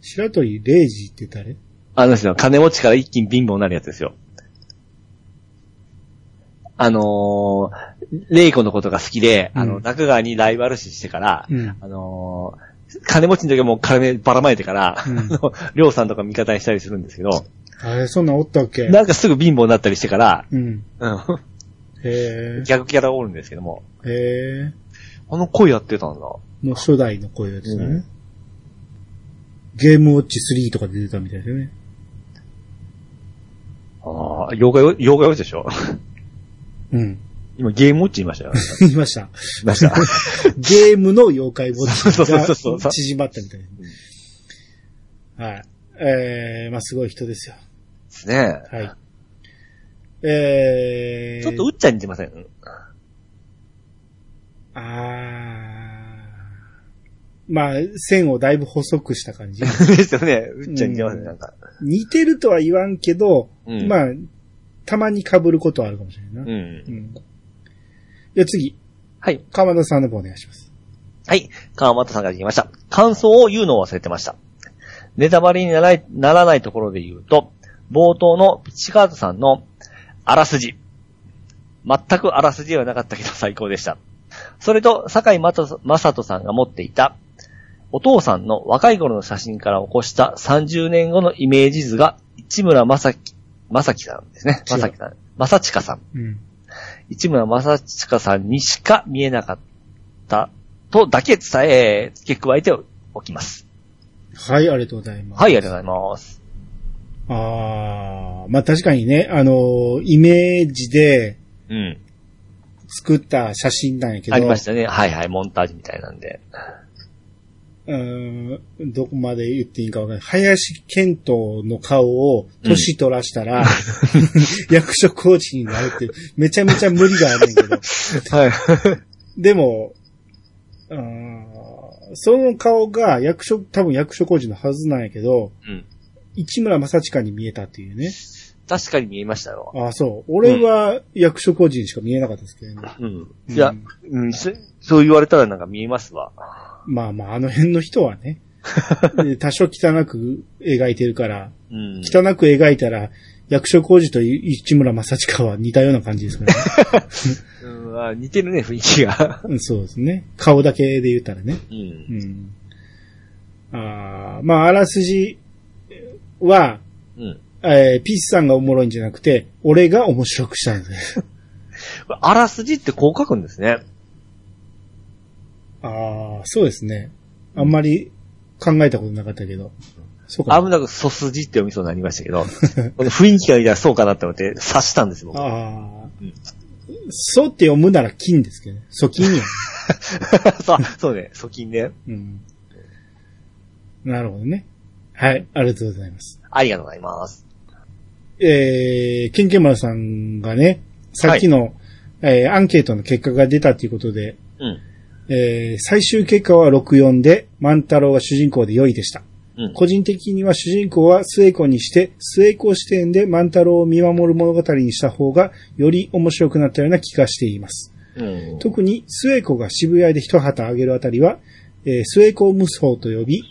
白鳥0時って誰
あの人は金持ちから一気に貧乏になるやつですよ。あのー、レイコのことが好きで、あ
う
の、
ん
中川にライバル視してから、
うん。
あのー、金持ちの時はもう金ばらまいてから、
うん
あのりょうさんとか味方にしたりするんですけど、
あれ、そんなんおったっけ
なんかすぐ貧乏になったりしてから、
うん。
うん
へ
逆キャラおるんですけども、
え。へえ。
あの声やってたんだ。
の初代の声ですね、ゲームウォッチ3とかで出たみたいですね。
ああ、妖怪、妖怪ウォッチでしょ
うん。
今ゲームウォッチ言いましたよ。
言いました。
言いました。
ゲームの妖怪ウォッ
そうそうそう
チ
そ
が
う
縮まったみたいな。はい。えー、まあすごい人ですよ。
ですね。
はい。えー、
ちょっとうっちゃん似てません
あーまあ、線をだいぶ細くした感 じ。
ですよね。うっちゃん似てますね、なんか。
似てるとは言わんけど、
うん
まあ、たまに被ることはあるかもしれないな。
うん。
うん。じゃあ次、
はい。
鎌田さんの方お願いします。
はい。川又さんが聞きました。感想を言うのを忘れてました。ネタバレにならないならないところで言うと、冒頭のピッチカートさんのあらすじ。全くあらすじではなかったけど最高でした。それと、坂井正人さんが持っていた、お父さんの若い頃の写真から起こした30年後のイメージ図が、市村正樹、正樹さんですね。
違う
正樹さん。正親さ
う
ん。
ん。
市村正親さんにしか見えなかったとだけ伝え、付け加えておきます。
はい、ありがとうございます。
はい、ありがとうございます。
ああ、まあ確かにね、あのーイメージで
うん。
作った写真なんやけど、
ありましたね。はいはい、モンタージュみたいなんで。
うーん、どこまで言っていいかわかんない。林健人の顔を年取らしたら、役所工事になるっていう、めちゃめちゃ無理があるんやけど、
はい。
でも、うーんその顔が役所、多分役所工事のはずなんやけど、
うん。
市村正親に見えたっていうね。
確かに見えましたよ。
ああ、そう。俺は役所工事にしか見えなかったですけどね。
うん。
うん
いや、うん、そそう言われたらなんか見えますわ。
まあまあ、あの辺の人はね、 で多少汚く描いてるから、
うん。
汚く描いたら、役所工事と市村正親は似たような感じですからね。
うんあ似てるね、雰囲気が。
うんそうですね。顔だけで言ったらね。
う。
うんん。あーまあ、あらすじは、
うん。
えーピースさんがおもろいんじゃなくて、俺が面白くしたいんです。
これあらすじってこう書くんですね。
ああ、そうですね。あんまり考えたことなかったけど。そうか
危なくソスジって読みそうになりましたけど、 この雰囲気が見たらそうかなって思って察したんです、僕。
ああ
うん。
そうって読むなら金ですけどね。素金 や。
そう、そうね、貯金ね。
うん。なるほどね。はい、ありがとうございます。
ありがとうございます。
えー、ケンケンマラさんがね、さっきの、えーアンケートの結果が出たということで、
うん。
えー、最終結果は6-4で、万太郎が主人公で良いでした。
うん。
個人的には主人公は末子にして、末子視点で万太郎を見守る物語にした方が、より面白くなったような気がしています。
うん。
特に末子が渋谷で一旗あげるあたりは、えー末子無双と呼び、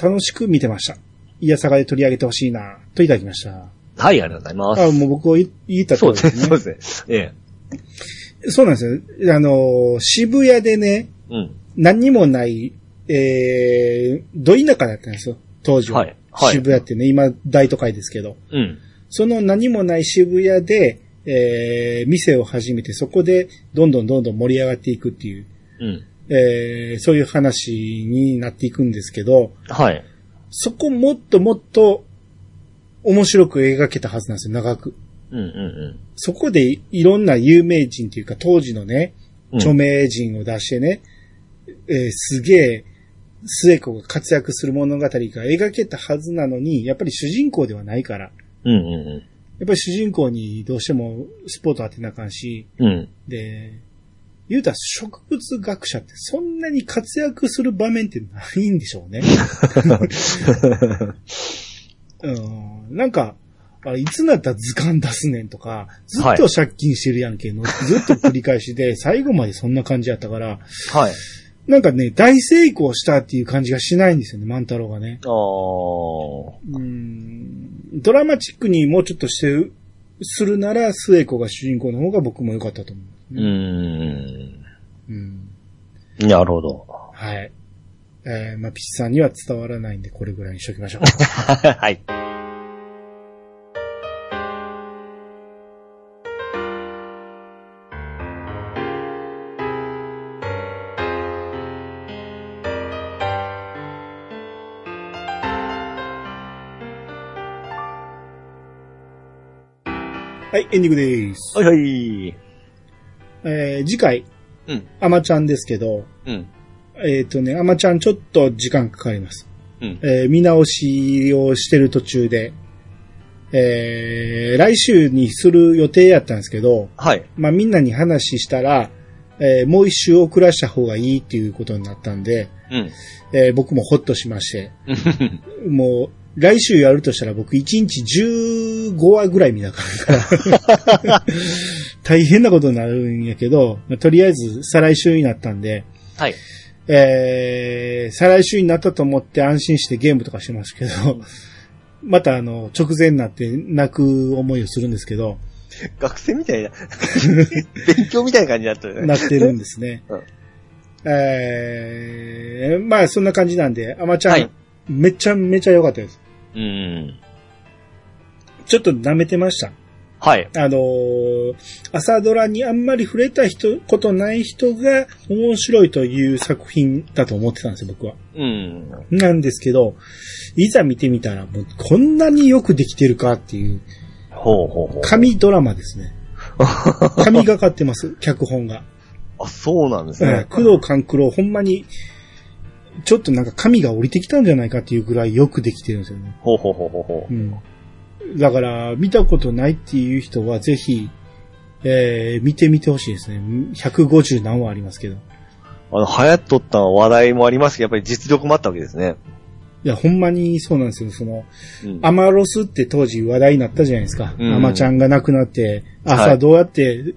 楽しく見てました。いやさがで取り上げてほしいな、といただきました。
はい、ありがとうございま
あ、
す。
もう僕を言言ったと
そうですね、そうですね。ええ。
そうなんですよ。あのー渋谷でね、
うん。
何にもない、えー、ど田舎だったんですよ、当時は。
はいはい
渋谷ってね、今大都会ですけど。
うん。
その何もない渋谷で、えー、店を始めて、そこでどんどんどんどん盛り上がっていくっていう。
うん。
えーそういう話になっていくんですけど、
はい。
そこもっともっと面白く描けたはずなんですよ、長く。
うんうん
そこでいろんな有名人というか当時のね、
うん
著名人を出してね、えーすげえ、末子が活躍する物語が描けたはずなのに、やっぱり主人公ではないから、
うんう
やっぱり主人公にどうしてもスポット当てなあかんし、
んうん。うん。
で、言うたら植物学者ってそんなに活躍する場面ってないんでしょうね。うん、なんか、あれいつになったら図鑑出すねんとか、ずっと借金してるやんけの、ずっと繰り返しで、 最後までそんな感じやったから、
はい。
なんかね、大成功したっていう感じがしないんですよね、万太郎がね。
あー。
うん、ドラマチックにもうちょっとして、するなら、末子が主人公の方が僕も良かったと思
うーん。
う。うん
なるほど。
はい。えー、まあ、ピッチさんには伝わらないんで、これぐらいにしときましょう。
はい。
はい、エンディングです。
はいはい。
えー、次回、
うん。
アマちゃんですけど、
うん。
えっ、とね、アマちゃんちょっと時間かかります。
うん。
えー見直しをしてる途中で、えー、来週にする予定やったんですけど、
はい。
まあ、みんなに話したら、えーもう一周遅らした方がいいっていうことになったんで、
うん。
えー僕もホッとしま して、
うん
もう、来週やるとしたら僕1日15話ぐらい見なあかんから。 大変なことになるんやけど、まあとりあえず再来週になったんで、
はい。
えー、再来週になったと思って安心してゲームとかしてますけど、またあの、直前になって泣く思いをするんですけ ど、
学生みたいな、 勉強みたいな感じだったよね。
なってるんですね。
うん
えー、まあそんな感じなんで、アマちゃん、
はい
めちゃめちゃ良かったです。
うん。
ちょっと舐めてました。
はい。
あのー朝ドラにあんまり触れた人、ことない人が面白いという作品だと思ってたんですよ、僕は。
うん。
なんですけど、いざ見てみたら、もうこんなによくできてるかっていう、
ほうほうほう。
神ドラマです ね。神がかってます、脚本が。
あ、そうなんです
え
ね
ー。工藤官九郎、ほんまに、ちょっとなんか神が降りてきたんじゃないかっていうぐらいよくできてるんですよね。
ほうほうほうほうほ。
うん。だから、見たことないっていう人は、ぜひ、えー、見てみてほしいですね。150何話ありますけど。いう
あの、流行っとった話題もありますけど、やっぱり実力もあったわけですね。
や、ほんまにそうなんですよ。その、
うん。
アマロスって当時話題になったじゃないですか。
うん
アマちゃんが亡くなって、
は
朝
い
どうやって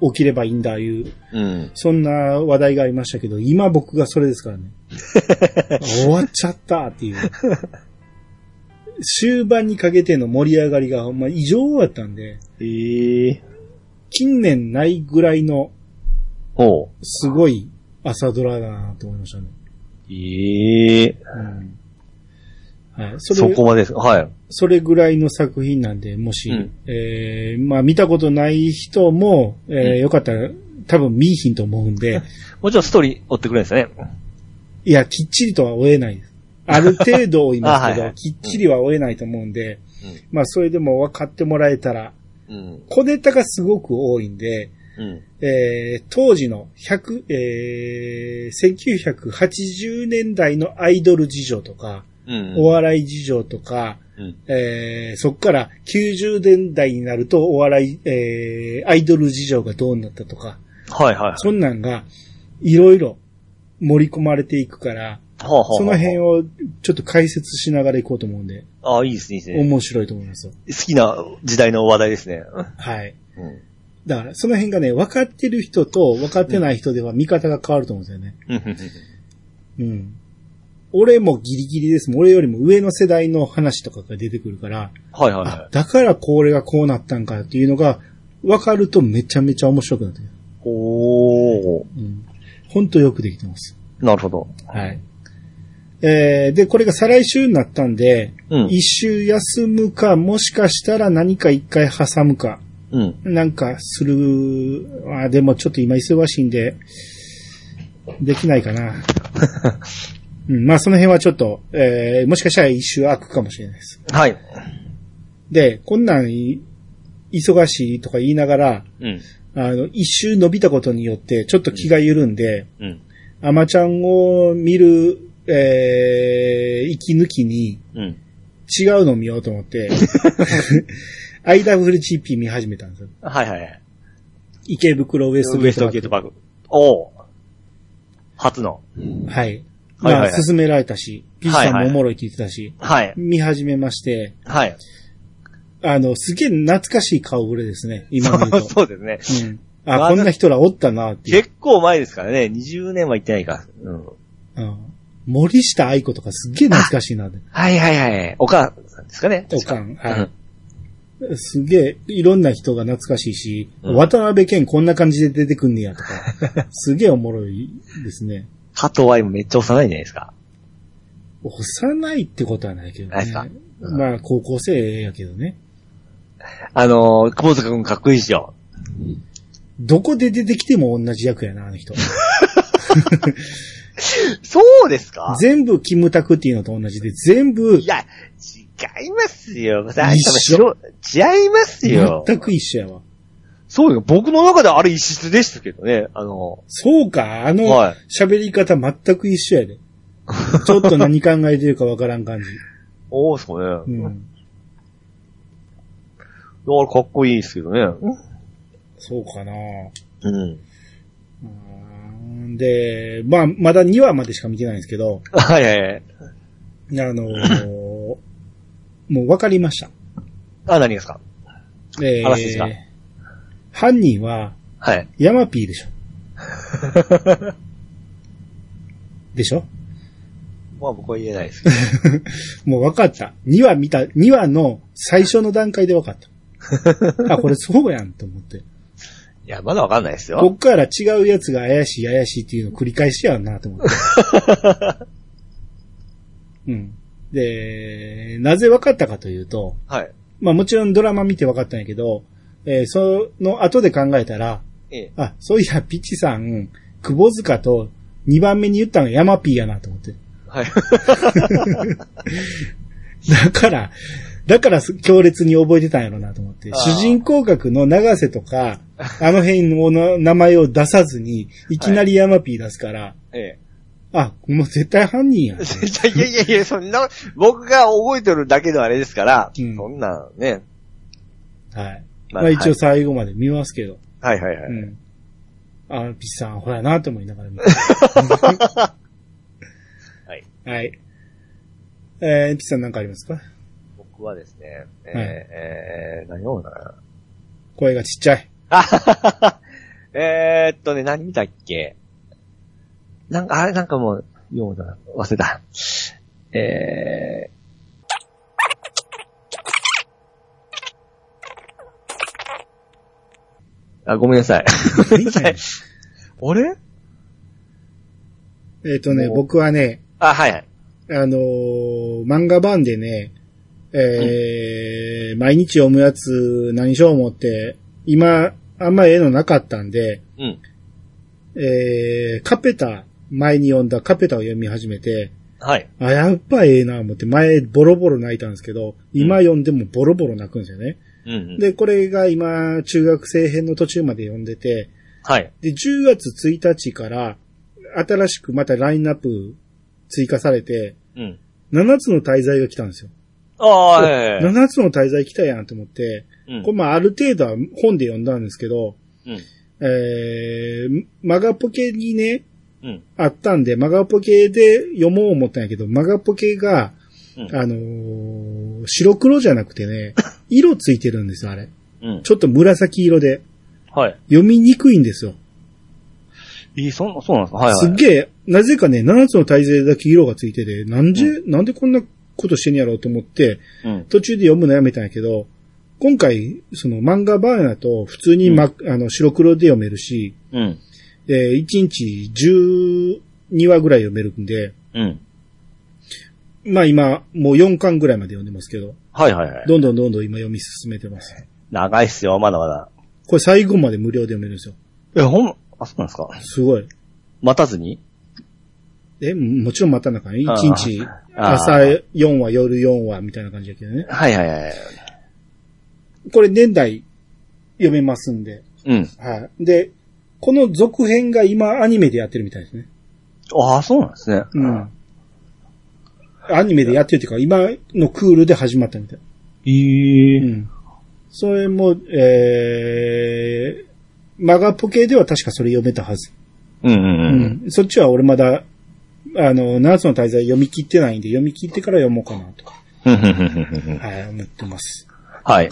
起きればいいんだいう、
うん。
そんな話題がありましたけど、今僕がそれですから ね。終わっちゃったっていう。終盤にかけての盛り上がりが、まあ、異常だったんで、
ええ。
近年ないぐらいの
ほう。
すごい朝ドラだなと思いましたね。
ええ。
うんはい、そ
そ
れ
こまでです。はい。
それぐらいの作品なんで、もし、
うん
えーまあ見たことない人も、えー
うん
よかったら多分見いひんと思うん で、
もちろんストーリー追ってくれるんですね。
いや、きっちりとは追えないです。ある程度言いますけ
あはい
ど、
はい
きっちりは追えないと思うんで、まあそれでも分かってもらえたら、
うん。
小ネタがすごく多いんで、
うん。
えー当時の100、えー1980年代のアイドル事情とか、
うん。
お笑い事情とか、
うん。
えーそっから90年代になるとお笑い、えーアイドル事情がどうなったとか、
はいはい。
そんなんがいろいろ盛り込まれていくから、
はあはあはあ
その辺をちょっと解説しながらいこうと思うんで、
ああ、いいですね、いいですね。
面白いと思いますよ。
好きな時代の話題ですね。
はい。
うん。
だから、その辺がね、分かってる人と分かってない人では見方が変わると思うんですよね。
うん。
うん。俺もギリギリですもん。俺よりも上の世代の話とかが出てくるから、
はいはい
あ
は、
だからこれがこうなったんかっていうのが分かるとめちゃめちゃ面白くなってくる。
い。おー。
うん。ほんとよくできてます。
なるほど。
はい。えー、で、これが再来週になったんで、
うん
一週休むか、もしかしたら何か一回挟むか、
うん。
なんかする、あー、でもちょっと今忙しいんで、できないか な。うん、まあその辺はちょっと、えー、もしかしたら一周空くかもしれないです。
はい。
で、こんなんい、忙しいとか言いながら、
うん。
あの、一周伸びたことによって、ちょっと気が緩んで、
うん。
アマちゃんを見る、えー、息抜きに、
うん。
違うのを見ようと思 って、IWGP 見始めたんですよ。
はいはいはい。
池袋ウエスト
ウ
ゲ
エ
ー
スト
ト
ゲートバグ。おお。初の。
はい。
はいはい
ま
はい
あ、勧められたし、ピッチさんもおもろいって言ってたし、
はい。
見始めまして、
はい。
あの、すげえ懐かしい顔ぶれですね、今見ると。
そうですね。
うん、あ、こんな人らおったなっていう。
結構前ですからね。20年は行ってないか。うん。
うん森下愛子とかすっげえ懐かしいなって。
はいはいはい。お母さんですかね。
おかん。
う
は
ん
い。すげえ、いろんな人が懐かしいし、
うん
渡辺謙こんな感じで出てくんねやと か、すげえおもろいですね。
加藤愛もめっちゃ幼いんじゃないですか。
幼いってことはないけど
ない
ね
っすか。うん
まあ、高校生やけどね。
あのー、久保塚くんかっこいいっしょ。
どこで出てきても同じ役やな、あの 人。
そうですか
全部キムタクっていうのと同じで、全部
いや、違いますよ。さ
一緒
違いますよ。
全く一緒やわ。
そうよ。僕の中であれ異質でしたけどね。あの
そうか、あ
ー、
の
はい。
喋り方全く一緒 やで。ちょっと何考えてるかわからん感じ。
おー、そう
う
ね。う
ん。
ん、あれかっこいいですけどね。
そうかな
うん。
うーんで、まあ、まだ2話までしか見てないんですけど、
はいはいはい。
あのー もう分かりました。
あ、何ですか
え
あらすじが
犯人は、
はい。
ヤマピーで しょ。でしょ
まあ僕は言えないですけど。
もう分かった。2話見た、2話の最初の段階で分か った。あ、これそうやんと思って。
いや、まだわかんないです
こ
よ。
っから違うやつが怪しい怪しいっていうのを繰り返しやんなと思って。う ん。で、なぜ分かったかというと、
はい。
まあもちろんドラマ見て分かったんやけど、えーその後で考えたら、
ええ。
あ、そういや、ピチさん、久保塚と2番目に言ったのがヤマピーやなと思って。
はい。
だから、だからす強烈に覚えてたんやろなと思って。
あー
主人公格の長瀬とか、あの辺のな名前を出さずに、いきなりヤマピー出すから、
ええ。
あ、もう絶対犯人やん。
絶対いやいやいや、そんな、僕が覚えてるだけのあれですから、
うん
そんなね。
はい。ま
まあ
あ一応最後まで見ますけど。
はいはいは
う
い。
ん。あ、ピッチさん、ほらなと思いながら 見て。
はい。
はい。えー、ピッチさんなんかありますか
僕はですね、えー
はい
えー、何をだか
声がちっちゃい。
な。あはははえーっとね、何見たっけなんか、あれなんかもう、読んだな。忘れた。えー、あ、ごめんなさい。ごめんなさい。あれ
えっ、とね、
もう
僕はね、
あ、はいはい。
あのー漫画版でね、えー毎日読むやつ何しよう思って、今、あんまええのなかったんで、
うん。
えー、カペタ、前に読んだカペタを読み始めて、
はい。
あ、やっぱええな思って、前ボロボロ泣いたんですけど、今読んでもボロボロ泣くんですよね。
うん、うん。
で、これが今、中学生編の途中まで読んでて、
はい。
で、10月1日から、新しくまたラインナップ追加されて、
うん。
7つの滞在が来たんですよ。
ああ、はいはいはい。
7つの滞在来たやんと思って、
うん
これまあある程度は本で読んだんですけど、
うん。
えー、マガポケにね、
うん。
あったんで、マガポケで読もう思ったんやけど、マガポケが、
うん
あのー白黒じゃなくて ね、色ついてるんですよ、あれ。
うん。
ちょっと紫色で。
はい。
読みにくいんですよ。
え、そんな、そうなんですかはいはい。
すっげえ、なぜかね、7つの体勢だけ色がついてて、なんで、なんでこんなことしてんやろうと思って、
うん。
途中で読むのやめたんやけど、今回、その漫画版やと、普通に、まあの白黒で読めるし、
うん。
えー1日12話ぐらい読めるんで、
うん。
まあ今、もう4巻ぐらいまで読んでますけど、
はいはいはい。
どんどんどんどん今読み進めてます。
長いっすよ、まだまだ。
これ最後まで無料で読めるんですよ。
え、ほん、あ、そうなんですか
すごい。
待たずに
え、もちろんまたなんかね、1
あー
日
あー
朝4話、夜4話みたいな感じだけどね。
はいはいはい。
これ年代読めますんで、
うん。
はい。で、この続編が今アニメでやってるみたいですね。
ああ、そうなんですね。
うん。アニメでやってるっていうか、今のクールで始まったみたい。
ええ
うん。それも、えー、マガポケでは確かそれ読めたはず。
うんうん
う
うん。
ん。そっちは俺まだ、あの、7つの滞在読み切ってないんで、読み切ってから読もうかなとか、
ふんふんふんふんふんふん
はい、思ってます。
はい。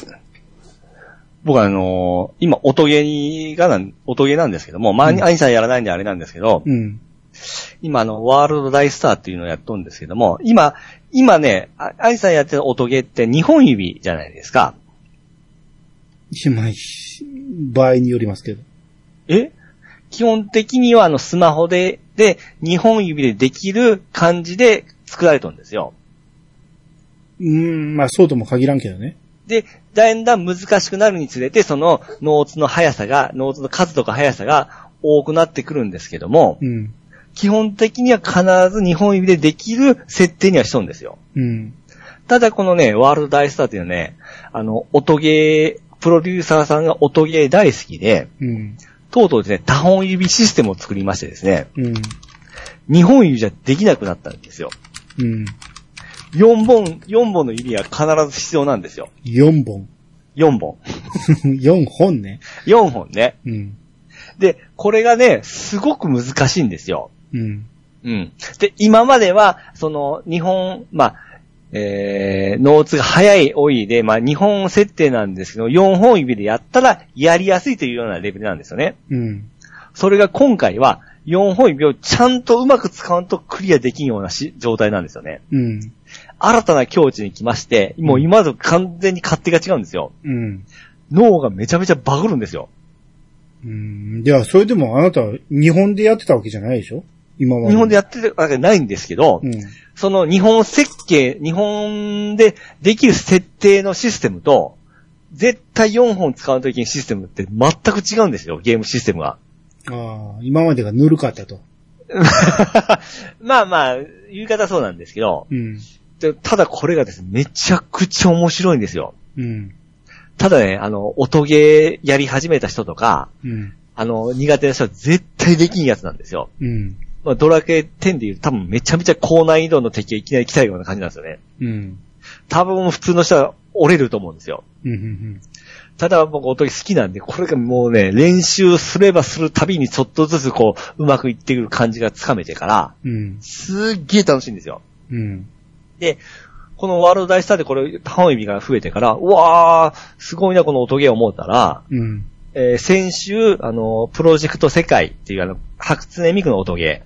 僕はあのー今、音ゲーがなん、音ゲーなんですけども、まあ、
うん
アニさんやらないんであれなんですけど、
うん。
今あの、ワールド大スターっていうのをやっとるんですけども、今、今ね、あアニさんやってる音ゲーって2本指じゃないですか。
まあ、場合によりますけど。
え基本的にはあの、スマホで、で、2本指でできる感じで作られてるんですよ。
うん、まあそうとも限らんけどね。
で、だんだん難しくなるにつれて、その、ノーツの速さが、ノーツの数とか速さが多くなってくるんですけども、
うん。
基本的には必ず2本指でできる設定にはしとるんですよ。
うん。
ただこのね、ワールド大スターっていうのはね、あの、音ゲー、プロデューサーさんが音ゲー大好きで、
うん。
とうとうですね、多本指システムを作りましてですね、
うん。
2本指じゃできなくなったんですよ。
うん。
4本、4本の指は必ず必要なんですよ。
4本。
4本。
4本ね。
4本ね。
うん。
で、これがね、すごく難しいんですよ。
うん。
うん。で、今までは、その、日本、まあ、えー、ノーツが早い多いで、まあ、日本設定なんですけど、4本指でやったらやりやすいというようなレベルなんですよね。
うん。
それが今回は、4本指をちゃんとうまく使うとクリアできんようなし状態なんですよね。
うん。
新たな境地に来まして、もう今と完全に勝手が違うんですよ。
うん。
脳がめちゃめちゃバグるんですよ。
うん。いや、それでもあなた、日本でやってたわけじゃないでしょ今まで。
日本で
や
やってるわけないんですけど、
うん。
その日本設計、日本でできる設定のシステムと、絶対4本使うときにシステムって全く違うんですよ、ゲームシステムは。
ああ、今までがぬるかったと。
まあまあ、言い方そうなんですけど、
うん。
でただこれがですね、めちゃくちゃ面白いんですよ。
うん。
ただね、あの、音ゲーやり始めた人とか、
うん。
あの、苦手な人は絶対できんやつなんですよ。
うん。
まあ、ドラケ10でいう多分めちゃめちゃ高難易度の敵がいきなり来たような感じなんですよね。
うん。
多分普通の人は折れると思うんですよ。
うん。うん。
ただ僕音好きなんで、これがもうね、練習すればするたびにちょっとずつこう、うまくいってくる感じがつかめてから、
うん。
すっげえ楽しいんですよ。
うん。
このワールド大スターでこれ、単意味が増えてから、うわー、すごいな、この音ゲー思ったら、
うん。
えー先週、あの、プロジェクト世界っていうあの、白常ミクの音ゲ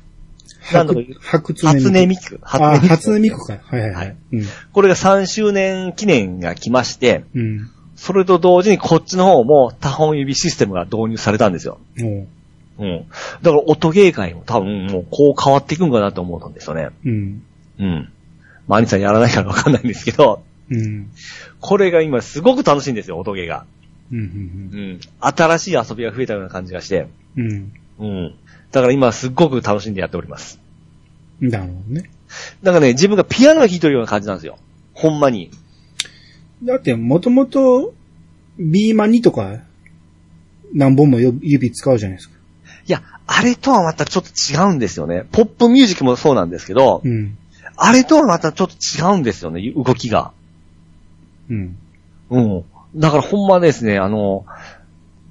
ー。なんとか言う
白初
初音
音ミ
ミ
ク。
ク。
ああ、初音ミク
ク。
か。はいはいは
はい
い。うん。
これが3周年記念が来まして、
うん。
それと同時にこっちの方も多本指システムが導入されたんですよ。
も
うん。だから音芸界も多分もうこう変わっていくんかなと思うんですよね。
う。うん。
うん。まあ、兄さんやらないからわかんないんですけど、
うん。
これが今すごく楽しいんですよ、音芸が。
うん。
うん。新しい遊びが増えたような感じがして、
うん。うん。
うん。だから今すっごく楽しんでやっております。
なるほどね。
なんかね、自分がピアノが弾いてるような感じなんですよ。ほんまに。
だって、もともと、ビーマニとか、何本もよ指使うじゃないですか。
いや、あれとはまたちょっと違うんですよね。ポップミュージックもそうなんですけど、
うん。
あれとはまたちょっと違うんですよね、動きが。
うん。
うん。だからほんまですね、あの、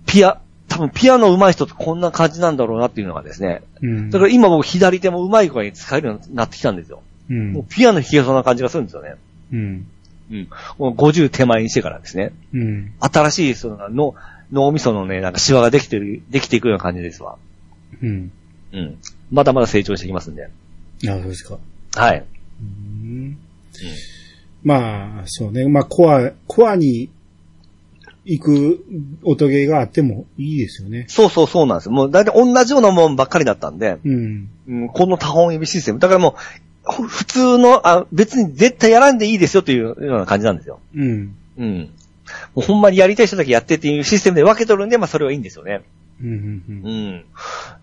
ピア、多分ピアノ上手い人ってこんな感じなんだろうなっていうのがですね。
うん。
だから今僕左手も上手い子に使えるようになってきたんですよ。
うん
もう。ピアノ弾けそうな感じがするんですよね。
うん。
うん。もう50手前にしてからですね。
うん。
新しい、その、脳脳みそのね、なんかシワができてる、できていくような感じですわ。
うん。
うん。まだまだ成長してきますんで。
なるほどですか。
はい。
うんまあ、そうね。まあ、コア、コアに行く音ゲーがあってもいいですよね。
そうそうそうなんですよ。もう大体同じようなもんばっかりだったんで、
うん。
うん、この多本指システム。だからもう、ほ普通の、あ、別に絶対やらんでいいですよというような感じなんですよ。
うん。
うん。もうほんまにやりたい人だけやってっていうシステムで分けとるんで、まあそれはいいんですよね。
うん。うん
う。ん。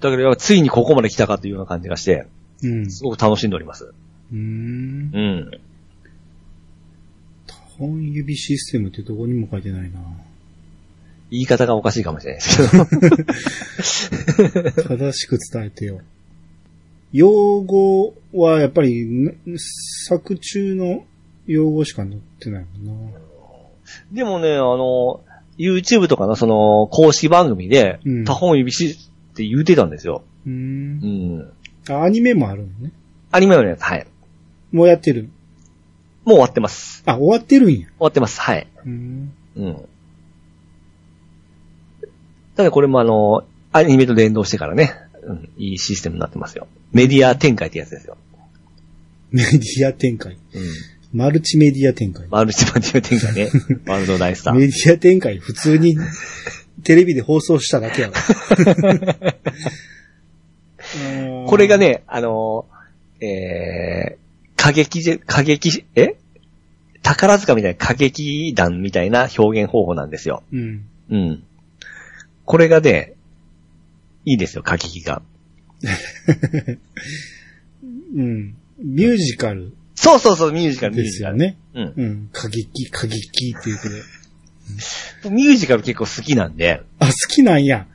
だけど、ついにここまで来たかというような感じがして、
うん
すごく楽しんでおります。
うん。
うん。
本指システムってどこにも書いてないな。
言い方がおかしいかもしれないですけど。
正しく伝えてよ。用語はやっぱり、ん作中の用語しか載ってないもんな。
でもね、あの、YouTube とかのその、公式番組で
う、ん
他本指しって言うてたんですよ。
うーん
う。ん。
あアニメもあるのね。
アニメのやつ、はい。
もうやってる。
もう終わってます。
あ、終わってるんや。
終わってます、はい。
うーん。
うん。ただこれもあの、アニメと連動してからね、うん、いいシステムになってますよ。メディア展開ってやつですよ。
メディア展開。
うん。
マルチメディア展開。
マルチマディア展開ね。 ワールド大スタ
メ
ー。
ディア展開、普通 にテレビで放送しただけやろ。うーん
これが、ね、あの、えー、過激じ、過激、え宝塚みたいな過激団みたいな表現方法なんですよ。
うん。
うん。これがね、いいですよ、過激が。
うん。ミュージカル
そうそうそう、ミュージカル、ミュー
です
ジカ
よ
ル。
ね。
うん。
うん。過激、過激っていうことで。
ミュージカル結構好きなんで、
あ、好きなん や。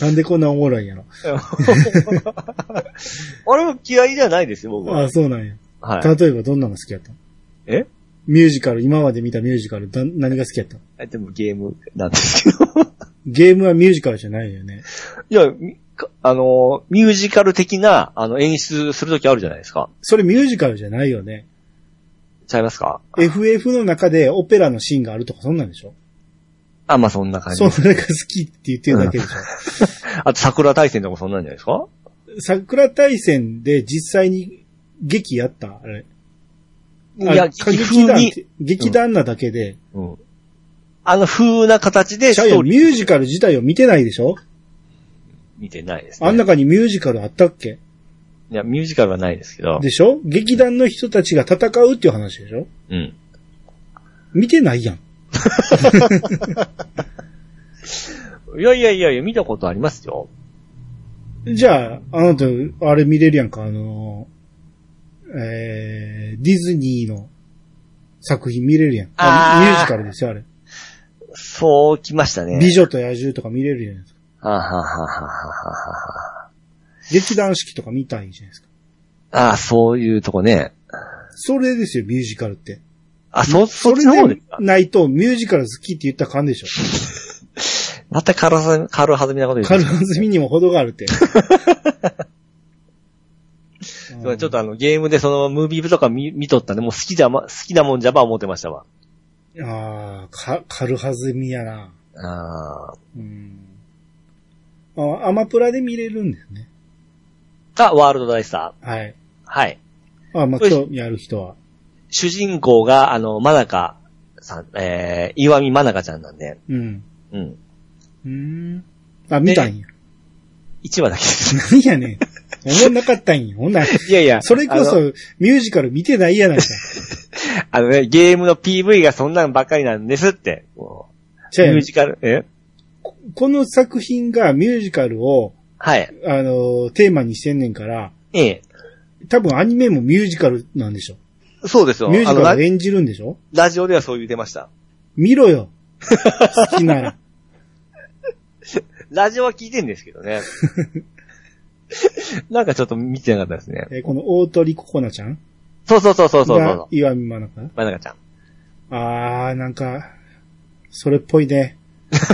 なんでこんなおもろいんやろ。
俺も嫌いじゃないですよ、僕は。
あ、そうなんや。
はい。
例えばどんなの好きやったの
え
ミュージカル、今まで見たミュージカル、だ何が好きやったの
でもゲームなんですけど。
ゲームはミュージカルじゃないよね。
いや、みかあの、ミュージカル的な、あの、演出するときあるじゃないですか。
それミュージカルじゃないよね。
ちゃいますか
FF の中でオペラのシーンがあるとかそんなんでしょ
あ、まあ、そんな感じ
そ。れが好きって言ってるだけ でしょ。
あと、桜大戦とかそんなんじゃないですか
桜大戦で実際に劇やったあれ。
い
あ
や、
歌
劇
劇
風
団っ
に、
て、劇団なだけで、
うん。あの風な形で
ちゃ
ス
う
トー
よ、
リー
ミュージカル自体を見てないでしょ
見てないです、ね。
あん中にミュージカルあったっけ
いや、ミュージカルはないですけど。
でしょ劇団の人たちが戦うっていう話でしょ
うん。
見てないやん。
いやいやいやいや、見たことありますよ。
じゃあ、あなた、あれ見れるやんか、あのー、えー、ディズニーの作品見れるやん。
あー
ミュージカルですよ、あれ。
そうきましたね。
美女と野獣とか見れるやん。
はあはあはあはあはあはあ
劇団式とか見たいじゃないですか。
ああ、そういうとこね。
それですよ、ミュージカルって。
あ、そ、そっちの方で
で。ないと、ミュージカル好きって言ったらあかんでしょ。
また軽はずみ、軽はずみなこと言う。
軽はずみにも程がある って。
すいませんちょっとあの、ゲームでその、ムービーとか見、見とったんで、もう好きだま、好きなもんじゃば思ってましたわ。
ああ、か、軽はずみやな。
あ
うん。あ、アマプラで見れるんですね。
ーあ、ワールドダイスター。
はい。
はい。
あ、まあ、
よし
興味ある人は。
主人公が、あの、まなかさん、えー、岩見まなかちゃんなんで、
うん。
うん。
うーん。あ、見たんや。
1話だけです。
何やねん。思んなかったんや。ほん なら
いやいや
それこそ、ミュージカル見てないや ないか。
あのね、ゲームの PV がそんなんばっかりなんですって。もう
じ
ミ
ゃあ
ュージカル、え
この作品がミュージカルを、
はい。
あのーテーマにしてんねんから、
ええ。
多分アニメもミュージカルなんでしょ。
そうですよ。
ミュージ
あの
カ
ラ
ルを演じるんでしょ
ラジオではそう言ってました。
見ろよ。好きな ら。
ラジオは聞いてんですけどね。 なんかちょっと見てなかったですね。
えーこの大鳥ココナちゃん
そうそうそうそうそうそう
が
そ
岩見真中
う。まなかち
あー、なんか、それっぽいね。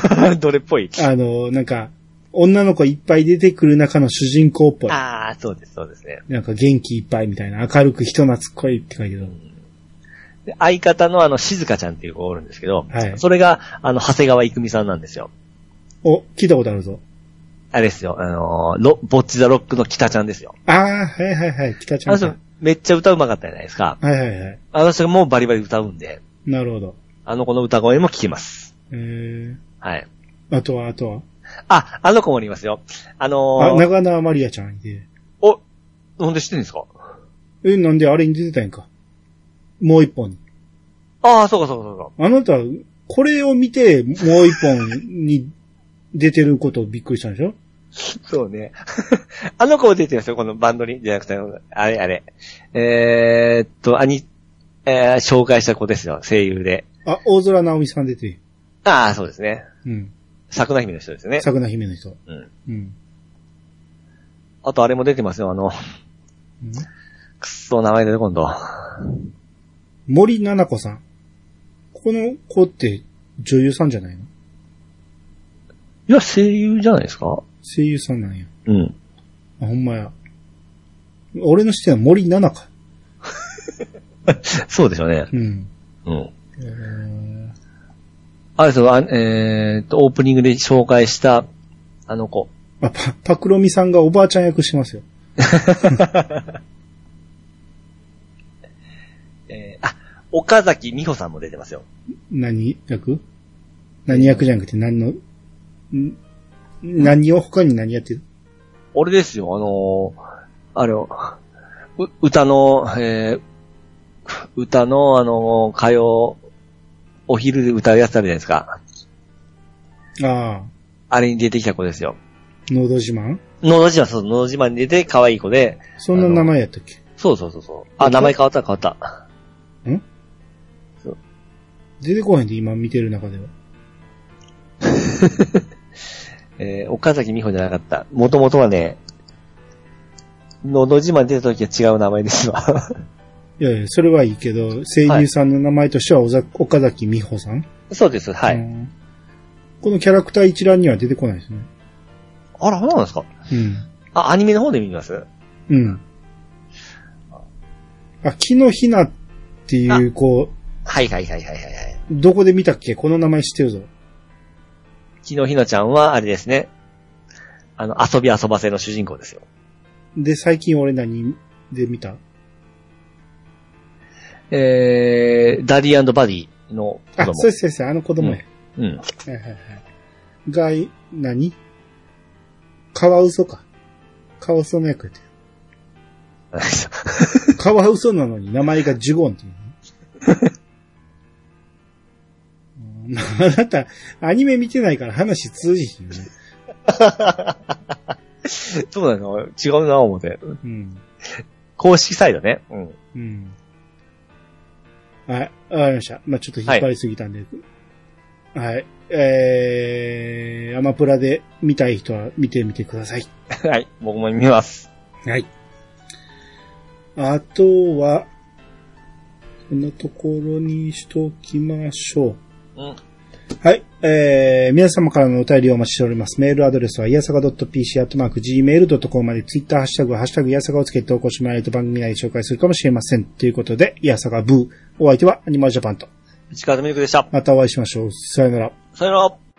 ゃ ん。どれっぽい。
あの、なんか、女の子いっぱい出てくる中の主人公っぽい。
ああ、そうです、そうですね。
なんか元気いっぱいみたいな、明るく人懐っこいって書いてある。
で相方のあの、静香ちゃんっていう子がおるんですけど、
はい
それが、あの、長谷川郁美さんなんですよ。
お、聞いたことあるぞ。
あれですよ、あのーロ、ボッチザロックの北ちゃんですよ。
あー、はいはいはい、北ち
あ
ゃ
の
んさ
人
ん。、
めっちゃ歌うまかったじゃないですか。
はいはいはい。
あの人もバリバリ歌うんで、
なるほど。
あの子の歌声も聞きます。
えー、
はい。
あとは、あとは。
あ、あの子もおりますよ。あ
あ、
のー、
長縄マリアちゃんいて。
お、なんで知ってんですか
え、なんであれに出てたんやんか。もう一本に。
ああ、そうかそうかそうか。
あなた、これを見て、もう一本に出てることをびっくりしたんでしょ
そうね。 あの子出てますよ、このバンドに。じゃなくて、あれあれ。えー、っと、兄、えー、紹介した子ですよ、声優で。
ああ、大空直美さん出てる。
ああ、そうですね。
うん。
桜姫の人ですね。
桜姫の人。
うん。
うん。
あとあれも出てますよ、あの、
うん
くっそ、名前出てこんと。
森七菜子さん。この子って女優さんじゃないの
いや、声優じゃないですか
声優さんなんや。
うん。
あ、ほんまや。俺の知ってるのは森七菜か。
そうでしょうね。
うん。
うん。
えー
あれですよ、あえーっと、オープニングで紹介した、あの子。
あ、パ、パクロミさんがおばあちゃん役してますよ。
えーあ、岡崎美穂さんも出てますよ。
何役何役じゃなくて何の、ん何を他に何やってる
俺ですよ、あのーあれを、う歌の、えー歌の、あのー歌謡、お昼で歌うやつあるじゃないですか。
ああ、
あれに出てきた子ですよ。
のど自慢
のど自慢、そう、のど自慢に出て可愛い子で、
そんな名前やったっけ
そうそうそうそう。あ、名前変わった変わった。
出てこへんで今見てる中では。
えー岡崎美穂じゃなかった。もともとはね、のど自慢に出た時は違う名前です わ。
いやいや、それはいいけど、声優さんの名前としては、おざ岡崎美穂さん
そうです、はい。
うんこのキャラクター一覧には出てこないですね。
あら、そうなんですかあ、アニメの方で見ます
うん。うん。あ、木のひなっていう子、
はいはいはいはいはいはい。
どこで見たっけこの名前知ってるぞ。
昨日ひなちゃんは、あれですね。あの、遊び遊ばせの主人公ですよ。
で、最近俺何で見た
えー、ダディバディの子
あ、
供。
そうです先生、あの子供や。
うん。
はいはいはい。が、何カワウソか。カワウソの役やった よ。カワウソなのに名前がジュゴンっていうのうんまああなた、アニメ見てないから話通じひんよね。
そうなの違うな、思って。
うん。
公式サイトね。うん。
うん。はい、わかりました。まあちょっと引っ張りすぎたんで。はい、えー、アマプラで見たい人は見てみてください。
はい。僕も見ます。
はい。あとは、こんなところにしときましょう。
うん。
はい。えー、皆様からのお便りをお待ちしております。メールアドレスは、いやさか .pc、アットマーク、gmail.com まで、ツイッター、ハッシュタグ、ハッシュタグ、いやさかをつけて投稿してもらえると番組内で紹介するかもしれません。ということで、いやさかブー。お相手は、アニマルジャパンと。
市川とみゆくでした。
またお会いしましょう。さよなら。
さよなら。